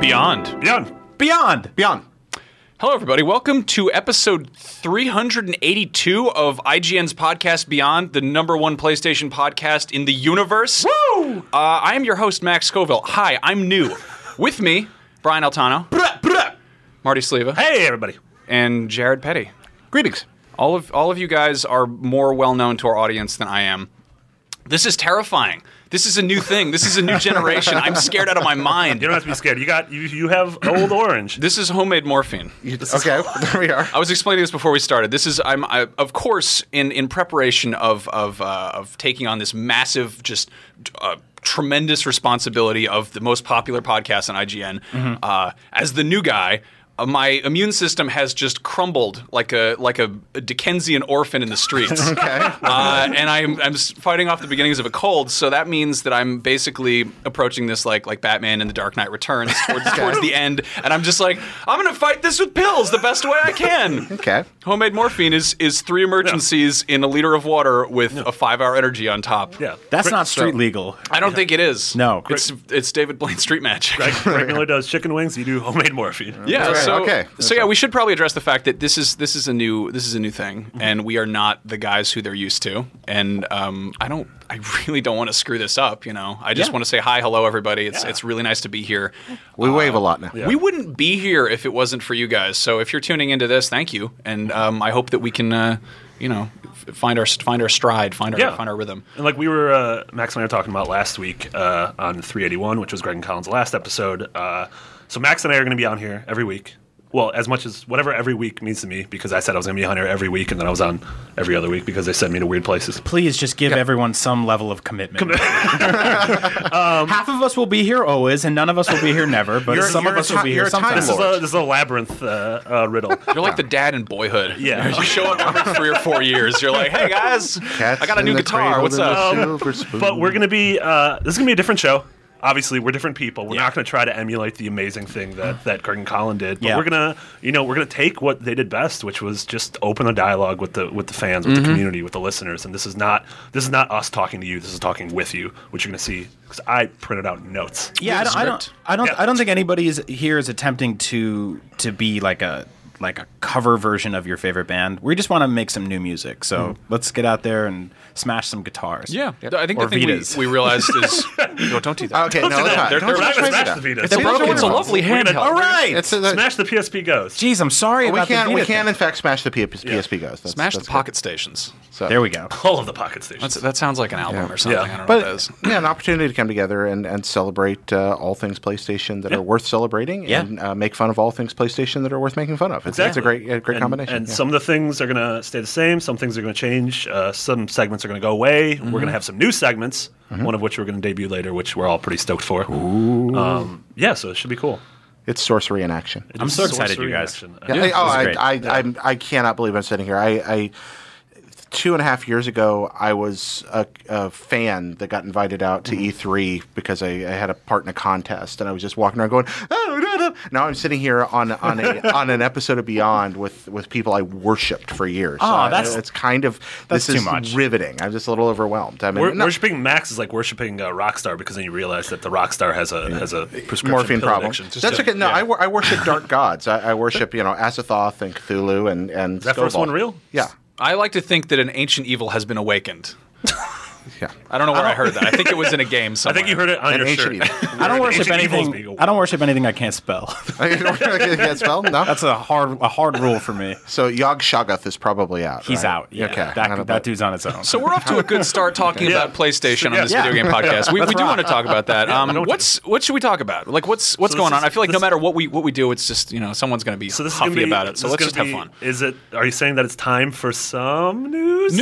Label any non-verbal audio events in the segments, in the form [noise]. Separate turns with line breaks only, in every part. Beyond.
Beyond. Beyond. Beyond.
Hello, everybody. Welcome to episode 382 of IGN's podcast Beyond, the number one PlayStation podcast in the universe.
Woo!
Uh, I am your host, Max Scoville. Hi, I'm new. With me, Brian Altano,
Bruh, bruh.
Marty Sleva,
Hey, everybody.
and Jared Petty.
Greetings.
All of all of you guys are more well known to our audience than I am. This is terrifying. This is a new thing. This is a new generation. I'm scared out of my mind.
You don't have to be scared. You got you. You have old orange.
This is homemade morphine.
You-
[laughs]
okay, there we are.
I was explaining this before we started. This is I'm I, of course in in preparation of of uh, of taking on this massive just. Uh, Tremendous responsibility of the most popular podcast on IGN. Uh, as the new guy, uh, my immune system has just crumbled like a like a Dickensian orphan in the streets.
[laughs] Okay.
uh, and I'm I'm s- fighting off the beginnings of a cold, so that means that I'm basically approaching this like like Batman in The Dark Knight
[laughs]
Returns towards, towards the end, and I'm just like I'm gonna fight this with pills the best way I can.
Okay.
Homemade morphine is is three emergencies in a liter of water with a five hour energy on top.
Yeah.
That's
Gre-
not street legal.
I don't think it is.
No.
it's it's David Blaine Street Magic.
Greg, Greg Miller does chicken wings. You do homemade morphine.
Yeah.
Right,
So,
okay.
so yeah, we should probably address the fact that this is this is a new this is a new thing,
Mm-hmm.
and we are not the guys who they're used to. And um, I don't, I [laughs] really don't want to screw this up. You know, I just
Yeah.
want to say hi, hello, everybody. It's
Yeah.
it's really nice to be here.
We wave a lot now.
Yeah.
We wouldn't be here if it wasn't for you guys. So if you're tuning into this, thank you, and
Mm-hmm.
um, I hope that we can, uh, you know, f- find our find our stride, find our
Yeah.
find our rhythm.
And like we were, uh, Max and I were talking about last week uh, on 381, which was Greg and Colin's last episode. Uh, so Max and I are going to be on here every week. Well, as much as whatever every week means to me, because I said I was going to be on here every week, and then I was on every other week because they sent me to weird places.
Please just give everyone some level of commitment.
[laughs]
Half of us will be here always, and none of us will be here never. But
Um, You're-
some
you're
of
a
us will
ti-
be
you're
here
a time
sometimes.
This is
lord.
a this is a labyrinth uh, uh, riddle.
You're like the dad in Boyhood.
Yeah.
you show up every three or four years. You're like, hey guys,
Cats
I got a
in
new
the
guitar.
cradle,
What's
little
up?
silver spoon.
But we're gonna be uh, this is gonna be a different show. Obviously, we're different people. We're not gonna try to emulate the amazing thing that that Greg and Colin did. But
Yeah.
we're gonna you know we're gonna take what they did best, which was just open a dialogue with the with the fans, with the community, with the listeners. And this is not this is not us talking to you. This is talking with you, which you're gonna see because I printed out notes.
yeah, I don't, I don't,
script.
I don't,
Yeah.
I don't think anybody is here is attempting to to be like a like a cover version of your favorite band. We just want to make some new music,
Hmm.
so let's get out there and smash some guitars.
Yeah, I think
Or
the thing
Vitas.
we, we realized is no, don't do that.
Okay, no, let's not.
They're-
Don't
we're not
touch my
gonna smash
Vita.
the Vita.
It's a
These are
broken. It's a
wonderful.
lovely
We're gonna-
handheld.
All right.
It's a,
Smash the PSP goes.
Jeez, I'm sorry
we
about the
can we
Vita
can
thing.
in fact smash the P- PSP goes. That's,
Smash the
that's good.
pocket stations.
So-
There
[laughs]
we go.
All of the pocket stations.
That's, that sounds like an album
Yeah.
or something.
Yeah.
I don't know what that
But
is.
yeah, an opportunity to come together and, and celebrate uh, all things PlayStation that are worth celebrating,
Yeah.
and uh, make fun of all things PlayStation that are worth making fun of. It's, it's a great a great
And-
combination.
And
yeah.
some of the things are going to stay the same. Some things are going to change. Uh, some segments are going to go away. We're
Mm-hmm.
going to have some new segments, one of which we're going to debut later, which we're all pretty stoked for. Um, yeah, so it should be cool.
it's sorcery in action.
I'm so excited, you guys.
Yeah, I-
this is great.
oh, I, I, I'm, I cannot believe I'm sitting here. I, I two and a half years ago, I was a, a fan that got invited out to E3 because I, I had a part in a contest, and I was just walking around going, oh, no, no. now I'm sitting here on on a, on an episode of Beyond with with people I worshipped for years.
Oh,
I-
that's-
it's kind of
that's
this is
too much.
riveting. I'm just a little overwhelmed. I mean,
Wor-
no,
Worshipping Max is like worshipping uh, Rockstar because then you realize that the Rockstar has a has a prescription
morphine
pill
problem.
addiction.
That's
Yeah.
okay. No,
Yeah.
I, wor- I worship dark gods. I, I worship you know Asathoth and Cthulhu and and
that first
Scoville.
one real?
Yeah.
I like to think that an ancient evil has been awakened.
Yeah.
I don't know where I, heard that. I think it was in a game
I
somewhere.
think you heard it on
An
your
ancient
[laughs] shirt.
evil.
I don't worship
Ancient evil's
anything.
being a-
I don't worship anything I can't spell. [laughs]
[laughs] you don't really get spell? No.
That's a hard a hard rule for me.
so Yog Shagath is probably out.
He's
right?
out. Yeah,
Okay. I don't know
that, that
about-
dude's on its own.
So we're off to a good start talking
Yeah.
about PlayStation on
Yeah.
this
Yeah.
video game podcast. We, we do
right.
want to talk about that. Um,
know what to
what's what should we talk about? Like what's what's
So this
going on?
is-
I feel like no
this-
matter what we what we do, it's just you know someone's going to be
So this is
huffy
gonna be,
about it. So let's
this is
just have
gonna
fun.
be- Is it? Are you saying that it's time for some news?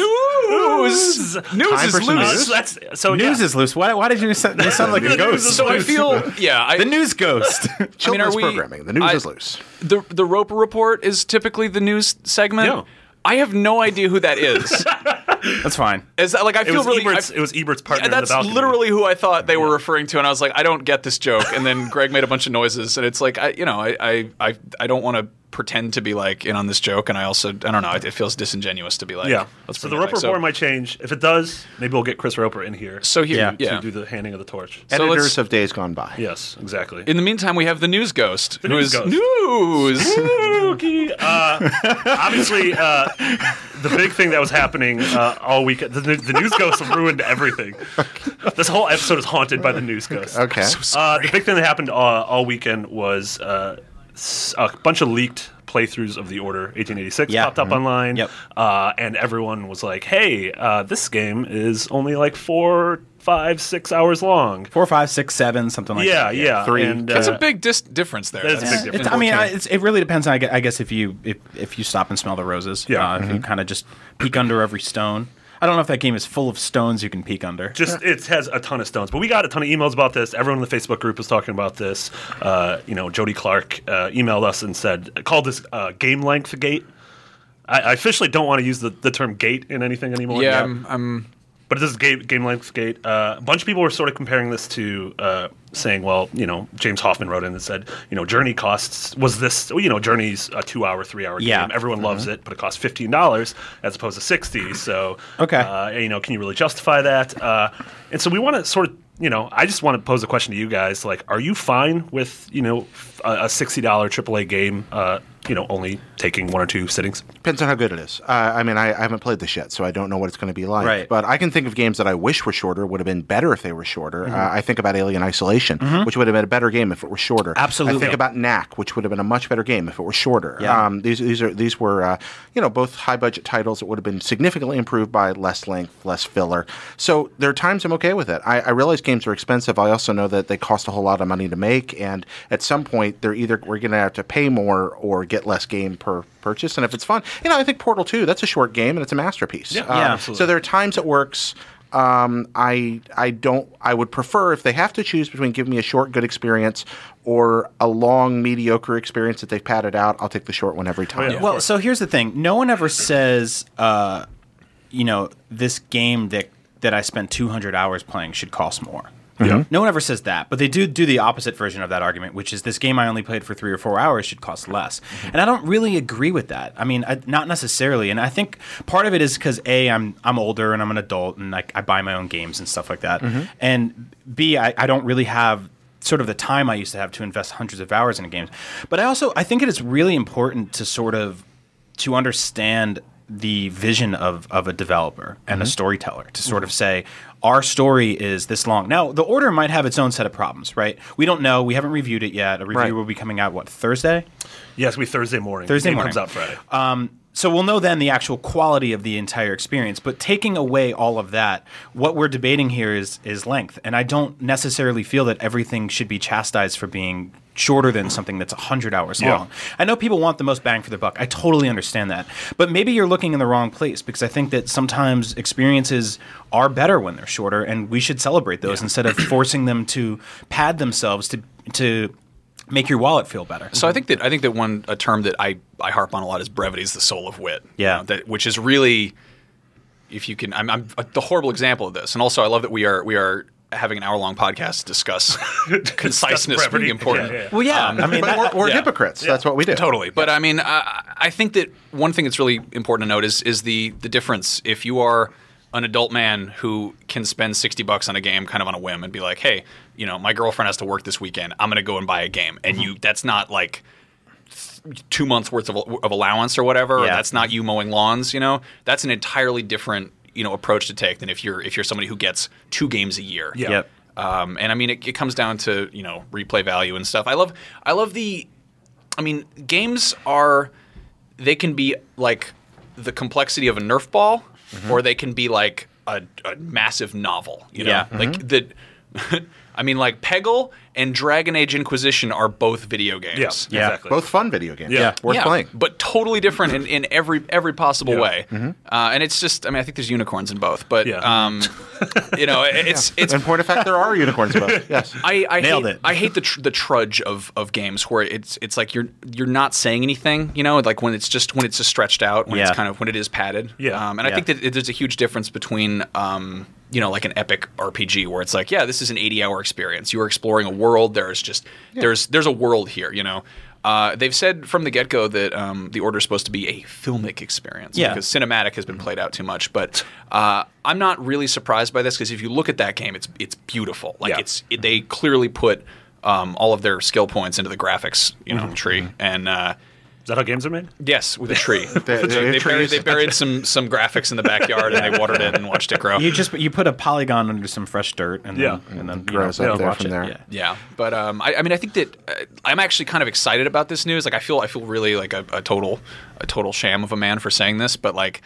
News! News
Time
is
for some
loose.
Uh,
news?
so that's, so
news
yeah.
is loose. Why, why did you sound, you sound
[laughs]
like
The
a
news
ghost?
is
So I feel, [laughs] yeah, I,
the news ghost.
are
Children's
we-
programming. The news
I-
is loose.
the the Roper Report is typically the news segment.
Yeah.
I have no idea who that
[laughs]
is.
[laughs] That's fine.
is that, like I
It
feel
was,
really.
Ebert's,
I-
it was Ebert's partner.
yeah,
in the
that's
balcony.
literally who I thought they were referring to, and I was like, I don't get this joke. And then Greg made a bunch of noises, and it's like, I, you know, I, I, I, I don't want to pretend to be like in on this joke, and I also I don't know. It, it feels disingenuous to be like
yeah.
Let's
so
bring
the
it
Roper
back. So-
Board might change. If it does, maybe we'll get Chris Roper in here.
So here-
to,
yeah.
to do the handing of the torch.
So let's-
Editors of days gone by.
yes, exactly.
In the meantime, we have the news ghost, who
news
is
ghost. [laughs]
news.
Spooky. Uh, obviously, uh, the big thing that was happening uh, all week, the, the news ghost
[laughs]
ruined everything. This whole episode is haunted by the news ghost.
[laughs]
Okay.
Uh, the big thing that happened uh, all weekend was uh, s- a bunch of leaked playthroughs of The Order 1886
Yeah.
popped up online.
Yep.
Uh, and everyone was like, hey, uh, this game is only like four, five, six hours long.
Four, five, six, seven, something like
Yeah,
that.
yeah.
Three.
And,
That's
uh,
a big dis- difference there.
That is a
That's-
big
It's,
difference.
I mean, I, it's, it really depends. I gue- I guess if you if, if you stop and smell the roses,
Yeah.
uh, if you kind of just peek under every stone. I don't know if that game is full of stones you can peek under.
just it has a ton of stones. But we got a ton of emails about this. Everyone in the Facebook group was talking about this. Uh, you know, Jody Clark uh, emailed us and said called this uh, game length gate. I, I officially don't want to use the, the term gate in anything anymore.
yeah, I'm, I'm
But this is game, game length gate. Uh, a bunch of people were sort of comparing this to uh, saying, well, you know, James Hoffman wrote in and said, you know, Journey costs, was this, well, you know, Journey's a two hour, three hour
Yeah. Mm-hmm.
game. Everyone loves it, but it costs $15 as opposed to 60 So,
Okay.
uh, you know, can you really justify that? Uh, and so we want to sort of, you know, I just want to pose a question to you guys. Like, are you fine with, you know, a, a $60 AAA game, uh, you know, only taking one or two sittings?
Depends on how good it is. Uh, I mean, I, I haven't played this yet, so I don't know what it's going to be like.
Right.
But I can think of games that I wish were shorter, would have been better if they were shorter.
Mm-hmm.
Uh, I think about Alien Isolation, which would have been a better game if it were shorter.
Absolutely.
I think about Knack, which would have been a much better game if it were shorter.
Yeah.
Um, these, these, are, these were, uh, you know, both high budget titles that would have been significantly improved by less length, less filler. So there are times I'm okay with it. I, I realize games are expensive. I also know that they cost a whole lot of money to make. And at some point, they're either we're going to have to pay more or get less game per purchase. And if it's fun, you know, I think Portal 2, that's a short game and it's a masterpiece. Yeah,
yeah,
So
absolutely.
there are times it works. Um, I I don't. I would prefer if they have to choose between give me a short good experience or a long mediocre experience that they've padded out. I'll take the short one every time.
well, so here's the thing. No one ever says, uh, you know, this game that that I spent 200 hours playing should cost more.
Yeah.
No one ever says that, but they do do the opposite version of that argument, which is this game I only played for three or four hours should cost less. And I don't really agree with that. I mean, I, not necessarily. And I think part of it is because a I'm I'm older and I'm an adult and like I buy my own games and stuff like that. And b I, I don't really have sort of the time I used to have to invest hundreds of hours in games. But I also I think it is really important to sort of to understand the vision of of a developer and a storyteller to sort of say our story is this long. Now, the order might have its own set of problems, right? We don't know. We haven't reviewed it yet. A review
Right.
will be coming out what Thursday.
Yes, we Thursday morning.
Thursday
Game
morning.
comes out Friday.
So we'll know then the actual quality of the entire experience. But taking away all of that, what we're debating here is is length, and I don't necessarily feel that everything should be chastised for being shorter than something that's 100 hours
Yeah.
long. I know people want the most bang for the buck. I totally understand that. But maybe you're looking in the wrong place because I think that sometimes experiences are better when they're shorter and we should celebrate those instead
[clears throat]
of forcing them to pad themselves to to make your wallet feel better.
So
Mm-hmm.
I think that I think that one a term that I, I harp on a lot is brevity is the soul of wit. you
Yeah.
know, that which is really, if you can, I'm, I'm the horrible example of this, and also I love that we are we are having an hour long podcast to
[laughs]
discuss [laughs] conciseness
brevity.
being important.
Yeah, yeah, yeah.
well, yeah. I mean,
But we're, we're
Yeah.
hypocrites. That's what we do.
Totally, but I mean, I, I think that one thing that's really important to note is is the the difference. If you are an adult man who can spend sixty bucks on a game kind of on a whim and be like, hey, you know, my girlfriend has to work this weekend. I'm going to go and buy a game, and you that's not like th- two months worth of, of allowance or whatever. Or
Yeah.
that's not you mowing lawns. You know, that's an entirely different you know approach to take than if you're if you're somebody who gets two games a year.
[laughs] Yeah.
Yep.
Um, and I mean, it, it comes down to you know replay value and stuff. I love, I love the, I mean, games are, they can be like the complexity of a Nerf ball, or they can be like a, a massive novel. You know,
Yeah.
like the, [laughs] I mean, like Peggle and Dragon Age Inquisition are both video
yeah,
games.
Yeah.
exactly.
Both fun video games.
Yeah.
Worth
Yeah,
playing.
but totally different in, in every every possible
Yeah.
way. Uh, and it's just, I mean, I think there's unicorns in both, but
Yeah.
um, you know, it- it's it's
In point of fact, there are unicorns both. Yes.
I, I
Nailed
hate,
it.
I hate the tr- the trudge of, of games where it's it's like you're you're not saying anything. You know, like when it's just when it's just stretched out, when
Yeah.
it's kind of when it is padded.
Yeah.
Um, and
Yeah.
I think that it, there's a huge difference between um, you know like an epic RPG where it's like yeah, this is an 80 hour experience. You are exploring a world. There's just there's there's a world here. You know. Uh, they've said from the get go that um, the order is supposed to be a filmic experience
Yeah.
because cinematic has been
Mm-hmm.
played out too much. But uh, I'm not really surprised by this because if you look at that game, it's it's beautiful. Like
Yeah.
it's it, they clearly put um, all of their skill points into the graphics, you
Mm-hmm.
know, tree and. Uh,
Is that how games are made?
Yes, with a tree.
[laughs] They-
they,
they-
they buried,
trees.
they buried some some graphics in the backyard and they watered it and watched it grow.
You just you put a polygon under some fresh dirt and
Yeah.
then, and then you
Grows
know,
up
you
there
watch
from
it.
there.
Yeah.
Yeah, but um, I, I mean, I think that uh, I'm actually kind of excited about this news. Like, I feel I feel really like a, a total a total sham of a man for saying this, but like.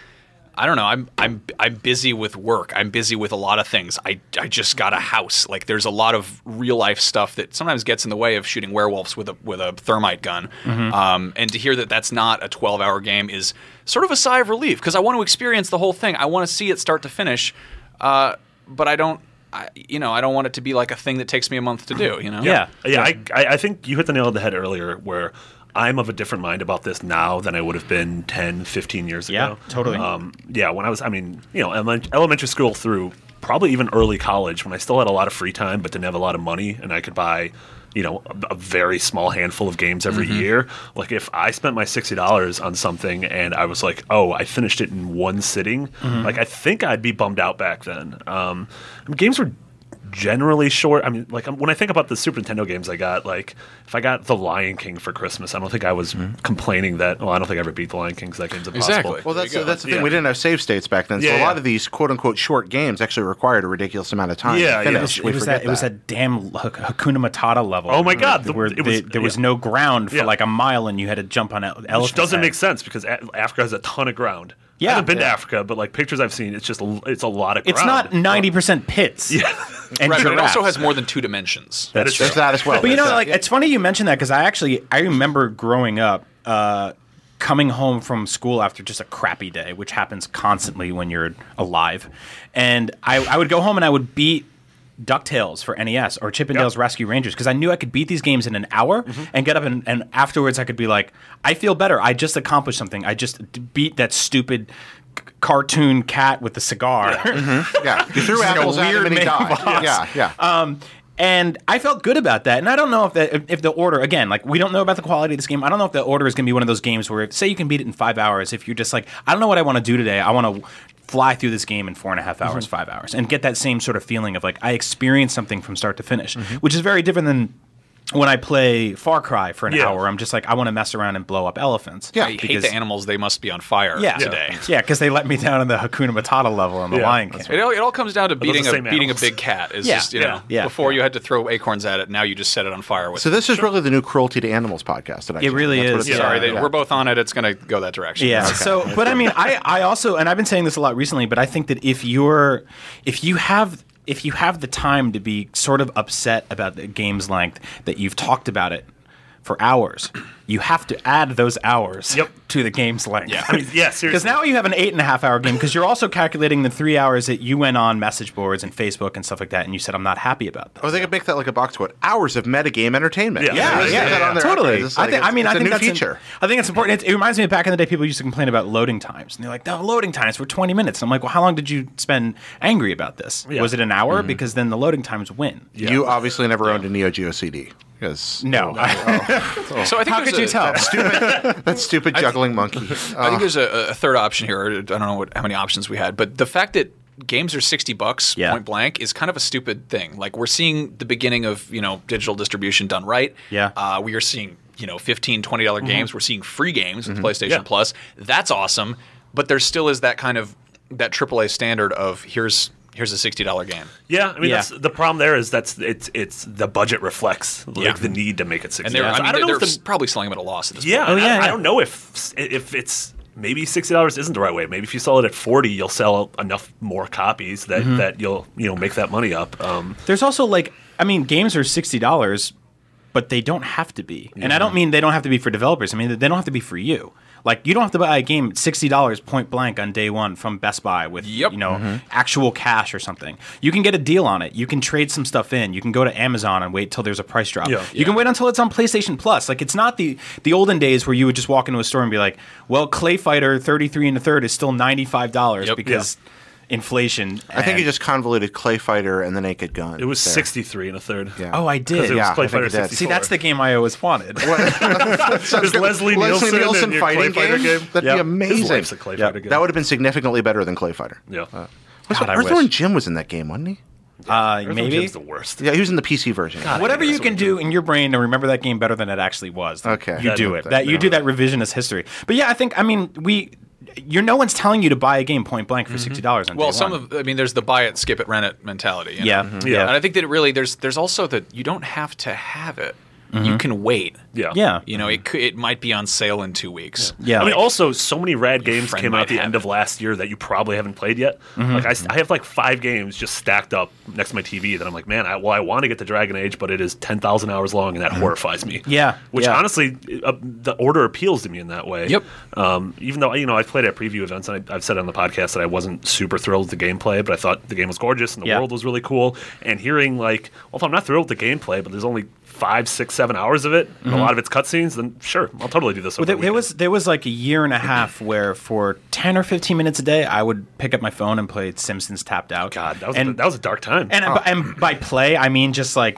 I don't know. I'm I'm I'm busy with work. I'm busy with a lot of things. I, I just got a house. Like there's a lot of real life stuff that sometimes gets in the way of shooting werewolves with a with a thermite gun. Um, and to hear that that's not a 12 hour game is sort of a sigh of relief because I want to experience the whole thing. I want to see it start to finish. Uh, but I don't. I, you know, I don't want it to be like a thing that takes me a month to do. You know.
[laughs] Yeah.
Yeah, I, I I think you hit the nail on the head earlier where I'm of a different mind about this now than I would have been 10, 15 years
Yeah,
ago.
totally.
Um, yeah, when I was, I mean, you know, elemen- elementary school through probably even early college when I still had a lot of free time but didn't have a lot of money and I could buy, you know, a, a very small handful of games every year. Like if I spent my $60 on something and I was like, oh, I finished it in one sitting, like I think I'd be bummed out back then. Um, I mean, games were generally short. I mean, like um, when I think about the Super Nintendo games I got, like if I got The Lion King for Christmas, I don't think I was complaining that. Well, I don't think I ever beat The Lion King because that game's impossible.
Exactly.
Well,
There
that's
you go.
that's the thing.
Yeah.
We didn't have save states back then, so
Yeah,
a lot
yeah.
of these "quote unquote" short games actually required a ridiculous amount of time.
Yeah,
to
yeah.
finish.
It
We
it was
forget
that, it was that damn Hak- Hakuna Matata level.
Oh my God, the-
where
it
they-
was-
there was
yeah.
no ground for
Yeah.
like a mile, and you had to jump on an elephant.
Which doesn't make sense because A- Africa has a ton of ground.
Yeah.
I haven't been
Yeah.
to Africa, but like pictures I've seen, it's just a- it's a lot of. Ground.
It's not ninety percent pits. Yeah, and
Right, but it also
giraffes.
has more than two dimensions.
That is
There's
true.
that as well.
But you know,
There's that.
like it's funny you mentioned that because I actually I remember growing up, uh, coming home from school after just a crappy day, which happens constantly when you're alive, and I, I would go home and I would beat. DuckTales for NES or Chippendales
Yep.
Rescue Rangers because I knew I could beat these games in an hour and get up and, and afterwards I could be like, I feel better. I just accomplished something. I just d- beat that stupid c- cartoon cat with the cigar. [laughs]
yeah, you threw apples at him
weird
and he
mailbox.
died. Yeah, yeah.
Um, and I felt good about that. And I don't know if that if, if the order again, like we don't know about the quality of this game. I don't know if the order is going to be one of those games where, say, you can beat it in five hours. If you're just like, I don't know what I want to do today. I want to fly through this game in four and a half hours, five hours, and get that same sort of feeling of like I experienced something from start to finish, which is very different than. When I play Far Cry for an
Yeah.
hour, I'm just like I want to mess around and blow up elephants.
Yeah.
I hate
because-
the animals; they must be on fire
yeah,
today.
yeah, because they let me down in the Hakuna Matata level on the
Yeah,
Lion King.
that's
It all, it all comes down to
the
beating a
same
beating a
animals.
big cat. Is
Yeah,
just you
yeah,
know
yeah.
before you had to throw acorns at it, now you just set it on fire with.
so this is really the new cruelty to animals podcast. That I
It really
That's what
is.
it's-
Sorry, they,
yeah.
we're both on it. It's going to go that direction.
Yeah. So, but I mean, I, I also, and I've been saying this a lot recently, but I think that if you're, if you have, if you have the time to be sort of upset about the game's length that you've talked about it for hours, you have to add those hours
Yep.
to the game's length.
Yeah.
I mean, yeah, seriously.
Because now you have an eight and a half hour game because you're also calculating the three hours that you went on message boards and Facebook and stuff like that, and you said I'm not happy about that.
Or Oh, they could make that like a box squad. Hours of metagame entertainment.
Yeah.
Yeah,
They just
yeah,
put that
yeah,
on there
totally.
afterwards. It's
I
like
think. I
it's-
mean,
it's
I
a
think
new
that's in-
feature.
I think it's important. It, it reminds me of back in the day, people used to complain about loading times, and they're like, "No, loading times were 20 minutes." And I'm like, "Well, how long did you spend angry about this?
Yeah.
Was it an hour?
Mm-hmm.
Because then the loading times win."
You obviously never owned a Neo Geo CD because
Mm-hmm.
No, [laughs]
So I think
how
there's
could you
a-
tell?
that stupid juggling
[laughs]
monkey.
I think there's a, a third option here. or I don't know what, how many options we had, but the fact that games are 60 bucks
Yeah.
point blank is kind of a stupid thing. Like we're seeing the beginning of, you know, digital distribution done right.
Yeah.
Uh, we are seeing, you know, 15, 20 dollar games. We're seeing free games with PlayStation
Yeah.
Plus. That's awesome, but there still is that kind of that AAA standard of here's here's a $60 game.
Yeah, I mean
Yeah.
that's the problem. There is that's it's it's the budget reflects like
Yeah.
the need to make it sixty.
And they're,
dollars.
I mean,
don't know
they're
if the-
s- probably selling them at a loss at this
Yeah,
point.
and I-
Oh, yeah,
I,
yeah.
don't know if if it's maybe sixty dollars isn't the right way. Maybe if you sell it at forty, you'll sell enough more copies that
Mm-hmm.
that you'll you know make that money up. Um,
There's also like, I mean, games are sixty dollars, but they don't have to be. And I don't mean they don't have to be for developers. I mean they don't have to be for you. Like you don't have to buy a game at sixty dollars point blank on day one from Best Buy with
Yep.
you know actual cash or something. You can get a deal on it. You can trade some stuff in. You can go to Amazon and wait till there's a price drop.
Yeah.
You can wait until it's on PlayStation Plus. Like it's not the the olden days where you would just walk into a store and be like, well, Clay Fighter thirty three and a third is still ninety five dollars
Yep.
because inflation.
I think
and-
you just convoluted Clay Fighter and the Naked Gun.
It was
there. [laughs]
63 and a third.
Yeah.
Oh, I did.
Because it was
Yeah,
Clay
I think
Fighter
it did.
64.
See, that's the game I always wanted.
There's Leslie, Nielsen Nielsen, and your Clay
fighting
Fighter
game?
game.
That'd
Yep.
be
His
His
amazing.
wife's a Clay
Yeah.
Fighter game.
That would have been significantly better than Clay Fighter.
Yeah.
Was
God, I
Earthworm
wish.
Jim was in that game, wasn't he?
Uh,
Earthworm
maybe.
Jim's the worst.
Yeah, he was in the PC version.
Whatever you
That's
can
what
do in your brain to remember that game better than it actually was.
Okay.
You
I
do
don't
it.
think
That you
so.
do that revisionist history. But yeah, I think I mean we you're no one's telling you to buy a game point blank for sixty dollars on
Well,
day
some
one.
of I mean, there's the buy it, skip it, rent it mentality. you know?
Yeah, Mhm.
yeah.
and I think that it really there's there's also that you don't have to have it. You can wait.
Mm-hmm. Yeah.
Yeah.
You know, it could, it might be on sale in two weeks.
Yeah.
I mean, also, so many rad games
friend
came out
might
at the
have
end
it.
of last year that you probably haven't played yet.
Mm-hmm.
Like, I, s- I have like five games just stacked up next to my TV that I'm like, man, I, well, I want to get to Dragon Age, but it is 10,000 hours long, and that horrifies me.
Mm-hmm. Yeah,
Which
yeah.
honestly, uh, the order appeals to me in that way.
Yep.
Um, even though, you know, I've played at preview events, and I, I've said on the podcast that I wasn't super thrilled with the gameplay, but I thought the game was gorgeous and the
Yeah.
world was really cool. And hearing, like, well, if I'm not thrilled with the gameplay, but there's only five, six, seven hours of it, and a lot of it's cutscenes, then sure, I'll totally do this.
Mm-hmm. Well,
over
there,
the
there
weekend.
was there was like a year and a half where for ten or fifteen minutes a day, I would pick up my phone and play Simpsons Tapped Out.
God, that was
and,
a, that was a dark time.
and,
Oh.
and by play I mean just like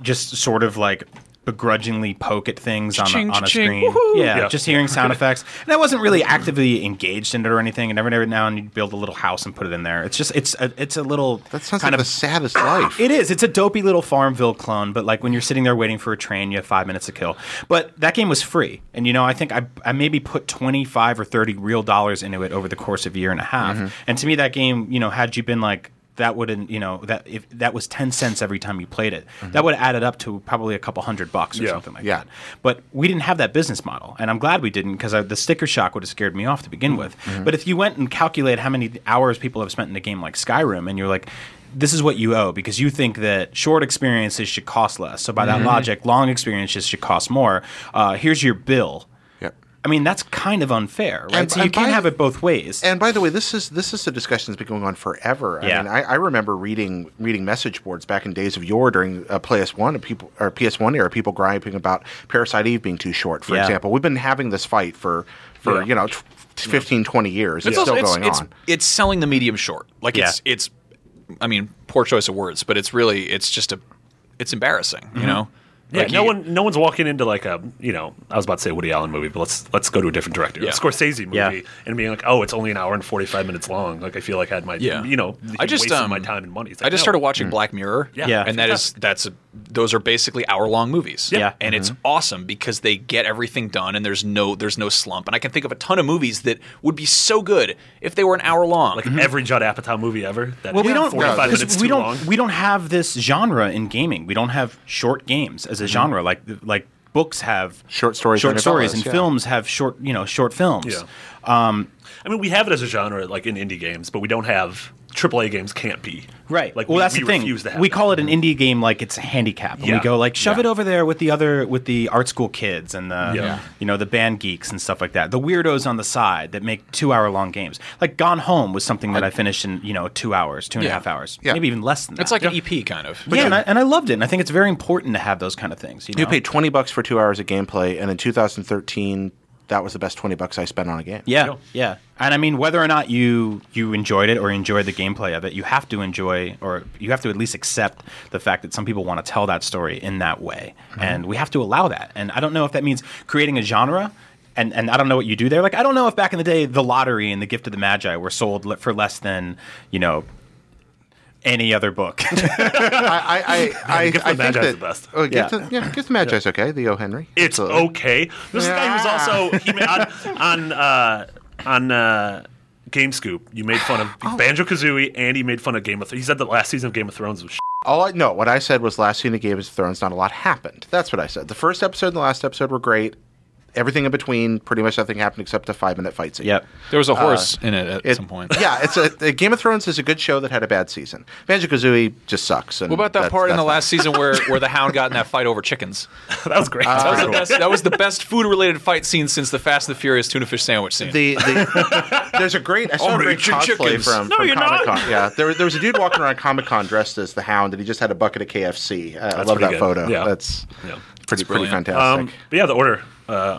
just sort of like begrudgingly poke at things on,
Cha-ching,
a, on a
cha-ching,
screen.
woohoo.
Yeah,
Yeah.
just hearing sound effects. And I wasn't really actively engaged in it or anything. And every every now and then you'd build a little house and put it in there. It's just it's a, it's a little
That sounds
kind
like the
of
saddest life.
[clears throat] it is. It's a dopey little Farmville clone, but like when you're sitting there waiting for a train, you have five minutes to kill. But that game was free, and you know I think I, I maybe put twenty five or thirty real dollars into it over the course of a year and a half. And to me, that game, you know, had you been like that wouldn't, you know, that if that was ten cents every time you played it, that would have added up to probably a couple hundred bucks or
Yeah.
something like
Yeah.
that. But we didn't have that business model, and I'm glad we didn't because the sticker shock would have scared me off to begin with.
Mm-hmm.
But if you went and calculate how many hours people have spent in a game like Skyrim, and you're like, this is what you owe because you think that short experiences should cost less. So by that
Mm-hmm.
logic, long experiences should cost more. Uh, here's your bill.
Yep.
I mean, that's kind of unfair, right?
And-
so you
and
can't
by-
have it both ways.
And by the way, this is this is a discussion that's been going on forever. I
Yeah.
mean, I, I remember reading reading message boards back in days of yore during uh, PS One people or PS One era, people griping about Parasite Eve being too short. For
Yeah.
example, we've been having this fight for for
Yeah.
you know. T- 15 20 years it's,
also-
still going
it's,
on
It's selling the medium short. Like it's
Yeah.
it's I mean, poor choice of words, but it's really it's just a it's embarrassing, you know?
yeah,
Like
no
you-
one no one's walking into like a you know I was about to say Woody Allen movie, but let's let's go to a different director,
Yeah.
a Scorsese movie,
Yeah.
and being like, oh, it's only an hour and forty five minutes long. Like I feel like I had my
Yeah.
you know
I just,
wasted
um,
my time and money. It's
I
like,
just
no.
started watching Black Mirror.
Yeah.
Yeah.
And that is that's a, those are basically hour long movies.
Yeah.
And it's awesome because they get everything done and there's no there's no slump. And I can think of a ton of movies that would be so good if they were an hour long.
like every Judd Apatow movie ever. That
Mm-hmm. well, we don't
forty five
because
minutes
we
too
don't
long.
we don't have this genre in gaming. We don't have short games
Mm-hmm.
as a genre like like books have
Short stories
short
and
stories,
novellas,
and
yeah.
films have short you know short films.
Yeah.
um,
I mean, we have it as a genre like in indie games, but we don't have AAA games. Can't be
Right.
Like
well,
we,
that's
we
the thing.
refuse To have
We
that.
call it an indie game like it's a handicap, and we
Yeah.
go like, shove
Yeah.
it over there with the other with the art school kids and the
Yeah.
you know the band geeks and stuff like that, the weirdos on the side that make two hour long games. Like Gone Home was something that I, finished in you know two hours, two and a
Yeah.
half hours,
Yeah.
maybe even less than that.
it's like an EP kind of.
yeah, and I, and I loved it, and I think it's very important to have those kind of things. You know,
you paid 20 bucks for two hours of gameplay and in 2013 that was the best 20 bucks i spent on a game
Yeah, yeah. And I mean, whether or not you you enjoyed it or enjoyed the gameplay of it, you have to enjoy, or you have to at least accept the fact that some people want to tell that story in that way, and we have to allow that. And I don't know if that means creating a genre. And, and I don't know what you do there. Like I don't know if back in the day the lottery and the gift of the magi were sold le- for less than you know any other book.
[laughs]
i i i, I,
Gift of
I
the
think
Magi is
that
the best.
oh, gift
Yeah.
of- yeah gift of the magi is okay the o henry
It's
Absolutely.
okay. This is the guy who's also he made, on on uh, on uh, GameScoop. You made fun of Banjo Kazooie, and he made fun of Game of. Thrones. He said that last season of Game of Thrones was. Shit. [laughs]
All I no, what I said was last scene of Game of Thrones, not a lot happened. That's what I said. The first episode and the last episode were great. Everything in between, pretty much nothing happened except a five minute fight scene.
[laughs] yep.
There was a horse in it at
It-
some point.
[laughs] yeah, it's a the Game of Thrones is a good show that had a bad season. Banjo Kazooie just sucks. And
What about that
that's-
part in
that's
the
fine.
last season where, where the hound got in that fight over chickens?
That was great.
That was, the best, that was the best food related fight scene since the Fast and the Furious tuna fish sandwich scene. [laughs]
The, the there's a great I saw
I'm
a
gonna
great
eat your
cosplay
chickens.
from,
No,
from
you're not.
Comic Con. Yeah, there, was- there was a dude walking around Comic Con dressed as the Hound, and he just had a bucket of KFC. Uh, I love
pretty
that
good.
photo.
Yeah.
That's
Yeah.
pretty pretty
brilliant.
fantastic.
Um, but yeah, the order. Uh,